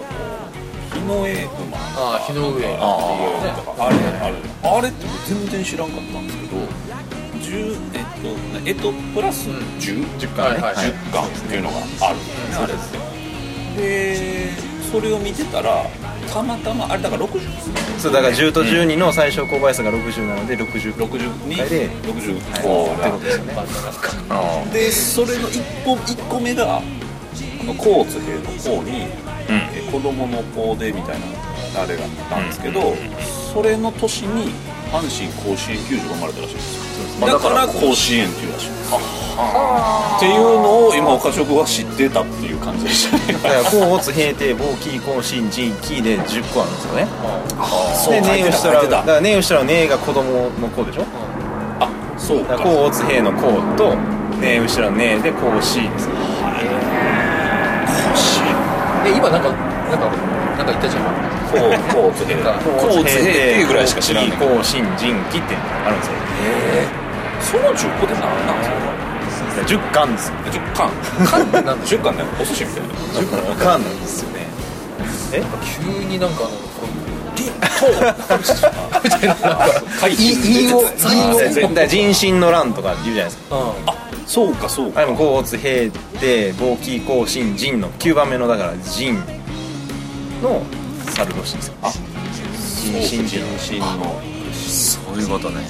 [SPEAKER 2] う日の絵馬とか
[SPEAKER 1] あー日の上
[SPEAKER 2] なんか日の絵とかあれあれあれって全然知らんかったんですけど10えっとえっとプラス10、10
[SPEAKER 1] はいはいはい
[SPEAKER 2] 10巻っていうのがあるんですよね、あれってでそれを見てたらたまたまあれだから60ですね
[SPEAKER 5] そうだから10と12の最小公倍数が60なので60
[SPEAKER 2] 60に
[SPEAKER 5] 回で
[SPEAKER 2] 60こ
[SPEAKER 5] こう
[SPEAKER 2] う
[SPEAKER 5] って
[SPEAKER 2] な
[SPEAKER 5] こ
[SPEAKER 2] ん
[SPEAKER 5] と
[SPEAKER 2] で
[SPEAKER 5] ですよね
[SPEAKER 2] でそれの1個一個目があの甲乙丙の甲に、え子供の子でみたいなあれがあったんですけど、それの年に阪神甲子園球児が生まれたらしいんですよだから甲子園っていうらしいんですよっていうのを今岡職は知ってたっていう感じでしたね
[SPEAKER 5] だから甲乙平定棒キー甲信地キーで10個あるんですよね
[SPEAKER 2] そう
[SPEAKER 5] で
[SPEAKER 2] 書い
[SPEAKER 5] ネ
[SPEAKER 2] て
[SPEAKER 5] ウ
[SPEAKER 2] た
[SPEAKER 5] シト
[SPEAKER 2] 書い
[SPEAKER 5] ラ
[SPEAKER 2] て
[SPEAKER 5] だか
[SPEAKER 2] た
[SPEAKER 5] らネウシトラのネが子供の子でしょ
[SPEAKER 2] あそう
[SPEAKER 5] だ
[SPEAKER 2] か
[SPEAKER 5] から甲乙平の甲とネウシトラのネで甲子ですね
[SPEAKER 2] 甲子園
[SPEAKER 1] え今なんかなんかなんか言ったじゃん
[SPEAKER 2] こう、こうつける。こうつけるっていうぐらいしか知らんねん けど。
[SPEAKER 5] 甲信人気ってあるんですよ
[SPEAKER 2] その10個で何なんです
[SPEAKER 5] だから10巻ですよ
[SPEAKER 2] か ?10 巻。
[SPEAKER 1] 缶ってなんで
[SPEAKER 2] 10巻だよ。お寿司みたいな。
[SPEAKER 5] 10巻なんですよねえ
[SPEAKER 1] 急になんかあのこうリットーみたいななんか
[SPEAKER 2] 怪
[SPEAKER 1] い
[SPEAKER 2] 獣
[SPEAKER 1] いいを
[SPEAKER 2] 全
[SPEAKER 5] だから人心の乱とか言うじゃないですか
[SPEAKER 1] う
[SPEAKER 2] そうか、そう
[SPEAKER 5] あ
[SPEAKER 2] か。
[SPEAKER 5] れも甲乙平定棒キー甲信人の9番目のだから人の猿年ですよ
[SPEAKER 2] あ
[SPEAKER 5] 人心っていうの
[SPEAKER 2] 心の。
[SPEAKER 3] そういうことね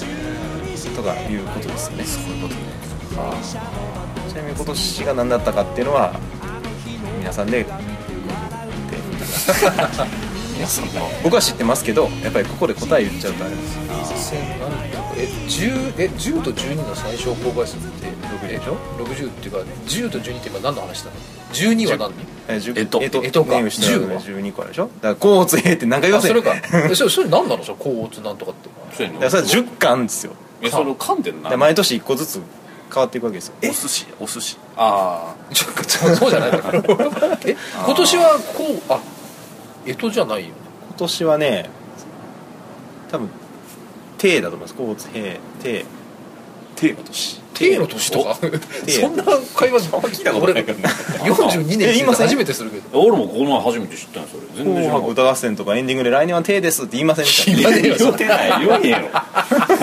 [SPEAKER 5] とかいうことですよね
[SPEAKER 3] そういうことね
[SPEAKER 5] ちなみに今年が何だったかっていうのは皆さんで
[SPEAKER 2] 皆さんの。
[SPEAKER 5] 僕は知ってますけどやっぱりここで答え言っちゃうとあれです
[SPEAKER 1] ん千何え10え10と12の最小公倍数って
[SPEAKER 5] 60でしょ
[SPEAKER 1] 60っていうか10と12って今何の話だの12は何
[SPEAKER 5] えー10
[SPEAKER 3] えっと
[SPEAKER 5] えっと
[SPEAKER 1] えっとか
[SPEAKER 5] 年下の
[SPEAKER 1] 10は
[SPEAKER 5] 12個あるでしょだから甲乙平って何回言
[SPEAKER 1] あ
[SPEAKER 5] わせ
[SPEAKER 1] そ
[SPEAKER 5] ん
[SPEAKER 1] れか
[SPEAKER 5] だか
[SPEAKER 1] えそれそれ何なのそれ高圧なんとかって
[SPEAKER 2] そうやね
[SPEAKER 5] らそれは10巻ですよ
[SPEAKER 2] え、その噛んでん
[SPEAKER 5] だ
[SPEAKER 2] な
[SPEAKER 5] から。毎年1個ずつ変わっていくわけですよ
[SPEAKER 2] お寿司、お寿司。ああ。
[SPEAKER 1] ちょちょそうじゃないえ今年はこうあえとじゃないよね
[SPEAKER 5] 今年はね多分定だと思います甲乙平定
[SPEAKER 2] 手の年。
[SPEAKER 1] 定の年とかそんな会話聞いた
[SPEAKER 2] 俺ら
[SPEAKER 1] 42年生き
[SPEAKER 5] え
[SPEAKER 1] て
[SPEAKER 5] 今
[SPEAKER 1] て
[SPEAKER 5] さ
[SPEAKER 1] 初めてするけど
[SPEAKER 2] 俺もこの前初めて知ったんそれ。
[SPEAKER 5] 「
[SPEAKER 2] 全然
[SPEAKER 5] 紅
[SPEAKER 2] 知らん
[SPEAKER 5] 白歌合戦」とかエンディングで「来年は定です」って言いませんでした
[SPEAKER 2] いや言うてない。言わねえよ。 来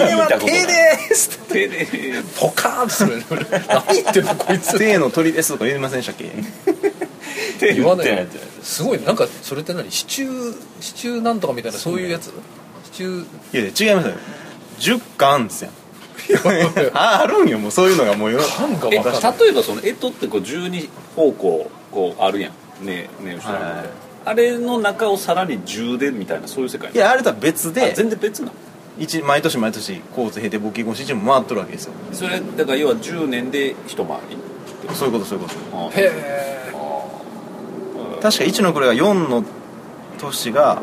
[SPEAKER 2] 年は手です手で
[SPEAKER 1] ポカーンする 何言ってんのこいつ
[SPEAKER 5] 定の鳥です」とか言いませんでしたっけ
[SPEAKER 2] 手
[SPEAKER 1] 言わない
[SPEAKER 2] 言
[SPEAKER 1] よすごいねなんかそれって何シチューシチューなんとかみたいなそういうやつシチュー
[SPEAKER 5] いやいや違いますよ10巻ですよああるんよもうそういうのがもう世の中
[SPEAKER 6] なんか
[SPEAKER 2] え
[SPEAKER 6] わかんない
[SPEAKER 2] 例えばその干支ってこう12方向こうあるやんねね後ろに、
[SPEAKER 5] はいはい
[SPEAKER 2] あれの中をさらに10でみたいなそういう世界
[SPEAKER 5] いやあれとは別
[SPEAKER 2] あ
[SPEAKER 5] で
[SPEAKER 2] 全然別なの
[SPEAKER 5] 一毎年毎年交通平定募金五市中も回っとるわけですよ
[SPEAKER 2] それだから要は10年で一回り
[SPEAKER 5] そういうことそういうこ
[SPEAKER 2] あ
[SPEAKER 5] と
[SPEAKER 6] へえ
[SPEAKER 5] 確か1のこれが4の年が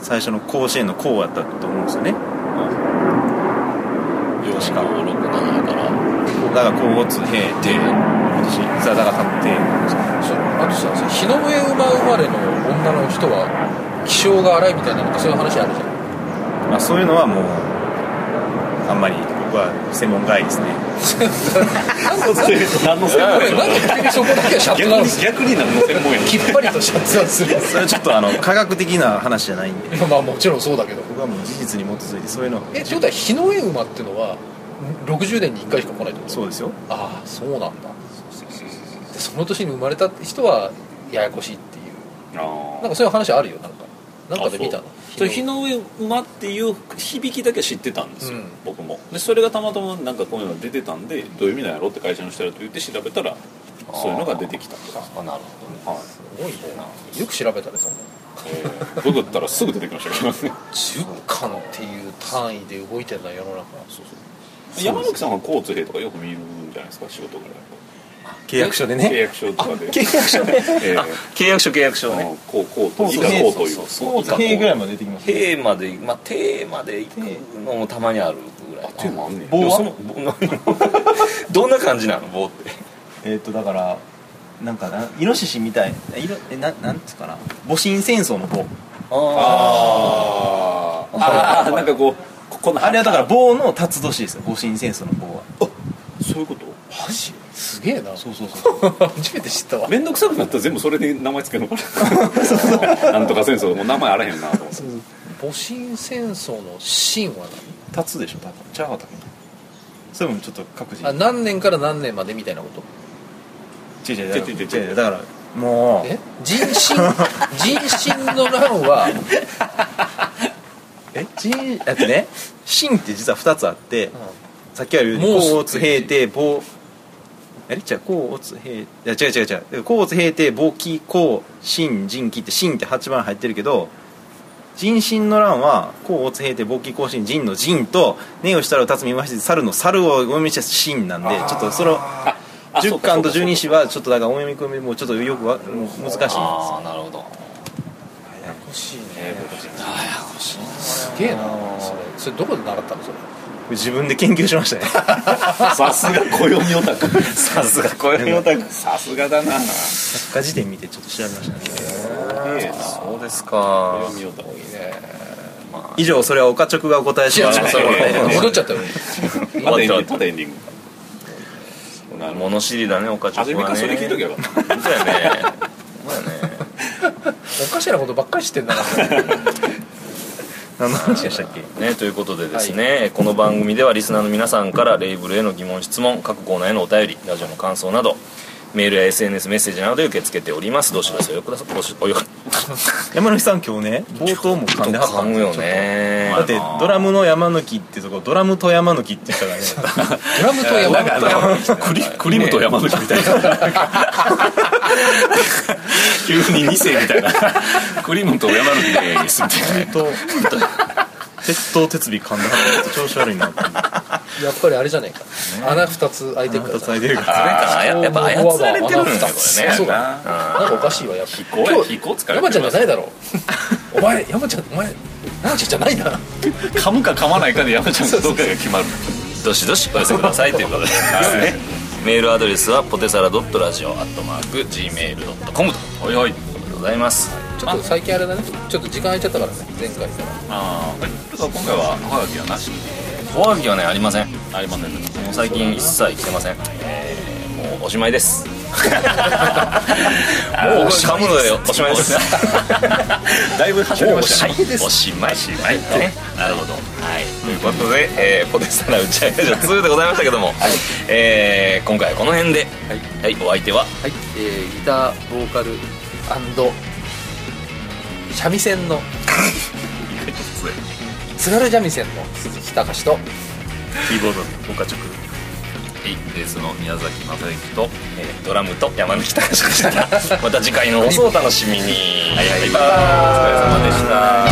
[SPEAKER 5] 最初の甲子園の甲やったと思うんですよね
[SPEAKER 3] 4しか56だから
[SPEAKER 5] だから甲乙平定今年座座が立って
[SPEAKER 1] そうあとさ日の上馬生まれの女の人は気性が荒いみたいななんかそういう話あるじゃん
[SPEAKER 5] まあ、そういうのはもうあんまり僕は専門外ですね
[SPEAKER 2] 何の専門
[SPEAKER 1] 俺なんで急にそこだけはシャットダウンする
[SPEAKER 2] 逆に何の専門やねん
[SPEAKER 1] きっぱりとシャットダウンする
[SPEAKER 5] それはちょっとあの科学的な話じゃないんで
[SPEAKER 1] まあもちろんそうだけど
[SPEAKER 5] 僕はもう事実に基づいてそういうのは
[SPEAKER 1] えってことは日の上馬ってのは60年に1回しか来ないってこと
[SPEAKER 5] そうですよ
[SPEAKER 1] ああそうなんだでその年に生まれた人はややこしいっていうなんかそういう話あるよなんかなんかで見たの
[SPEAKER 2] それ日の上馬っていう響きだけ知ってたんですよ、
[SPEAKER 1] うん
[SPEAKER 2] 僕もでそれがたまたまなんかこういうのが出てたんでどういう意味なんやろって会社の人だと言って調べたらそういうのが出てきたとか、
[SPEAKER 3] あなる
[SPEAKER 2] はい
[SPEAKER 1] すごいねよく調べたねそんな
[SPEAKER 2] えー、僕だったらすぐ出てきましたけどね
[SPEAKER 1] 10巻っていう単位で動いてんだ世の中
[SPEAKER 2] 山崎さんは交通兵とかよく見るんじゃないですか仕事ぐら
[SPEAKER 5] 契約書で
[SPEAKER 2] い契
[SPEAKER 5] ね
[SPEAKER 2] 約書とかで
[SPEAKER 5] 契約書ね
[SPEAKER 2] えー
[SPEAKER 3] 契約書契約書
[SPEAKER 2] あのこうこうと以
[SPEAKER 5] そうそ
[SPEAKER 2] 下
[SPEAKER 5] う
[SPEAKER 2] こうという
[SPEAKER 3] そう
[SPEAKER 5] 甲
[SPEAKER 3] そう
[SPEAKER 5] 乙平ぐらいまで出てきますね
[SPEAKER 3] テーマでまあテーマで行くのもたまにあるぐらい
[SPEAKER 2] あテーマあんねん
[SPEAKER 3] 棒はその棒な どんな感じなの棒って
[SPEAKER 5] えーっとだからなんかなイノシシみたいないろえななんつうかな戊辰戦争の棒
[SPEAKER 2] あーあーなんかこうここの
[SPEAKER 5] あれはだから棒の立つ年ですよ戊辰戦争の棒は
[SPEAKER 2] そういうこと
[SPEAKER 1] マジすげえな
[SPEAKER 5] そうそうそう
[SPEAKER 1] 初めて知ったわ
[SPEAKER 2] 面倒くさくなったら全部それで名前つけるのかななんとか戦争もう名前あらへんなと思って
[SPEAKER 1] 戊辰戦争の秦は
[SPEAKER 5] 立つでしょ多分ちゃうかったっけなそれもちょっと各自
[SPEAKER 1] 何あ何年から何年までみたいなこと
[SPEAKER 5] 違う
[SPEAKER 2] 違う
[SPEAKER 5] 違う違う
[SPEAKER 2] 違う違う
[SPEAKER 5] 違う違うだからも
[SPEAKER 1] え人心人心の乱は
[SPEAKER 5] うえちだってね芯って実は2つあって、さっきあるように
[SPEAKER 1] もう
[SPEAKER 5] 甲乙平定棒あれ違う甲乙平いや違う違う違う甲乙平定棒木甲芯人気って芯って8番入ってるけど人心の乱は甲乙平定棒木甲芯人の人と根をしたら立つ見まして猿の猿を読みした芯なんでちょっとその10巻と
[SPEAKER 2] 十
[SPEAKER 5] 12
[SPEAKER 2] 二
[SPEAKER 5] 子はちょっとだからお読み込みもちょっとよくわ難しいんです
[SPEAKER 3] ああなるほど
[SPEAKER 1] 欲しいねすげえなそれそれどこで習ったのそれ
[SPEAKER 5] 自分で研究しましたね
[SPEAKER 2] さすが暦オタクさすが暦オタクさすがだな
[SPEAKER 5] 百科事典見てちょっと調べましたね
[SPEAKER 2] ええな
[SPEAKER 3] そうですか
[SPEAKER 2] 暦オタク
[SPEAKER 5] 以上それは岡直がお答えしました
[SPEAKER 2] いや違う違う違う
[SPEAKER 1] 戻っちゃったよ
[SPEAKER 2] まだエンディングまだエンディングなるほど
[SPEAKER 3] 物知りだね岡ちゃん
[SPEAKER 2] 初めからそれ聞いとけばよかっ
[SPEAKER 3] そうやねそうやね
[SPEAKER 1] おかしなことばっかりしてんだな
[SPEAKER 5] 何の話でしたっけ
[SPEAKER 3] ね、ということでですね、この番組ではリスナーの皆さんからレーブルへの疑問質問各コーナーへのお便りラジオの感想などメールや SNS メッセージなどで受け付けておりますどうしますよくださいどしおよ
[SPEAKER 5] 山野木さん今日ね冒頭も噛んではった
[SPEAKER 3] 噛
[SPEAKER 5] ん
[SPEAKER 3] む
[SPEAKER 5] です
[SPEAKER 3] よね
[SPEAKER 5] だってドラムの山野木ってとこドラムと山野木って言ったからね
[SPEAKER 1] ドラムと山
[SPEAKER 2] たなクリクリムと山口みたいな急に2世みたいなクリムと山口み たいにすみたいな
[SPEAKER 5] と鉄塔鉄尾噛んではったちょっと調子悪いなって
[SPEAKER 1] やっぱりあれじゃねえか穴二つ開いてるから
[SPEAKER 5] 2つ
[SPEAKER 1] さ
[SPEAKER 5] 開いてるか
[SPEAKER 3] なん
[SPEAKER 5] ら
[SPEAKER 3] かあややっぱ操られてるんだよこれね
[SPEAKER 1] そうだねなんかおかしいわやっぱ
[SPEAKER 2] こうや飛行使
[SPEAKER 1] 山ちゃんじゃないだろ お前山ちゃんお前山ちゃんじゃないだろ
[SPEAKER 2] 噛むか噛まないかで山ちゃんかどうかが決まる
[SPEAKER 3] どしどしお寄せくださいということでですねメールアドレスはポテサラドットラジオアットマーク Gmail.com とはいはいということでございます
[SPEAKER 1] ちょっと最近あれだねちょっと時間空いちゃったからね前回から
[SPEAKER 2] ああ今回はおはがきはなし
[SPEAKER 3] おはぎはねありません
[SPEAKER 2] ありません
[SPEAKER 3] もう最近一切来てません、えー、もうおしまいです もう噛むのでおしまい です
[SPEAKER 2] だいぶ走りましたね
[SPEAKER 3] おしまいおしまいねなるほどはいということで、えー、ポテサラ打ち上げ場2でございましたけども、えー今回はこの辺で、はいお相手は
[SPEAKER 1] はい、えー、ギターボーカル三味線の津軽三味線の鈴木隆と
[SPEAKER 3] キーボードと岡直はいベースの宮崎正幸と、えードラムと山貫隆 史でしたまた次回の放送をお楽しみに、はい、バイバイお疲れ様でした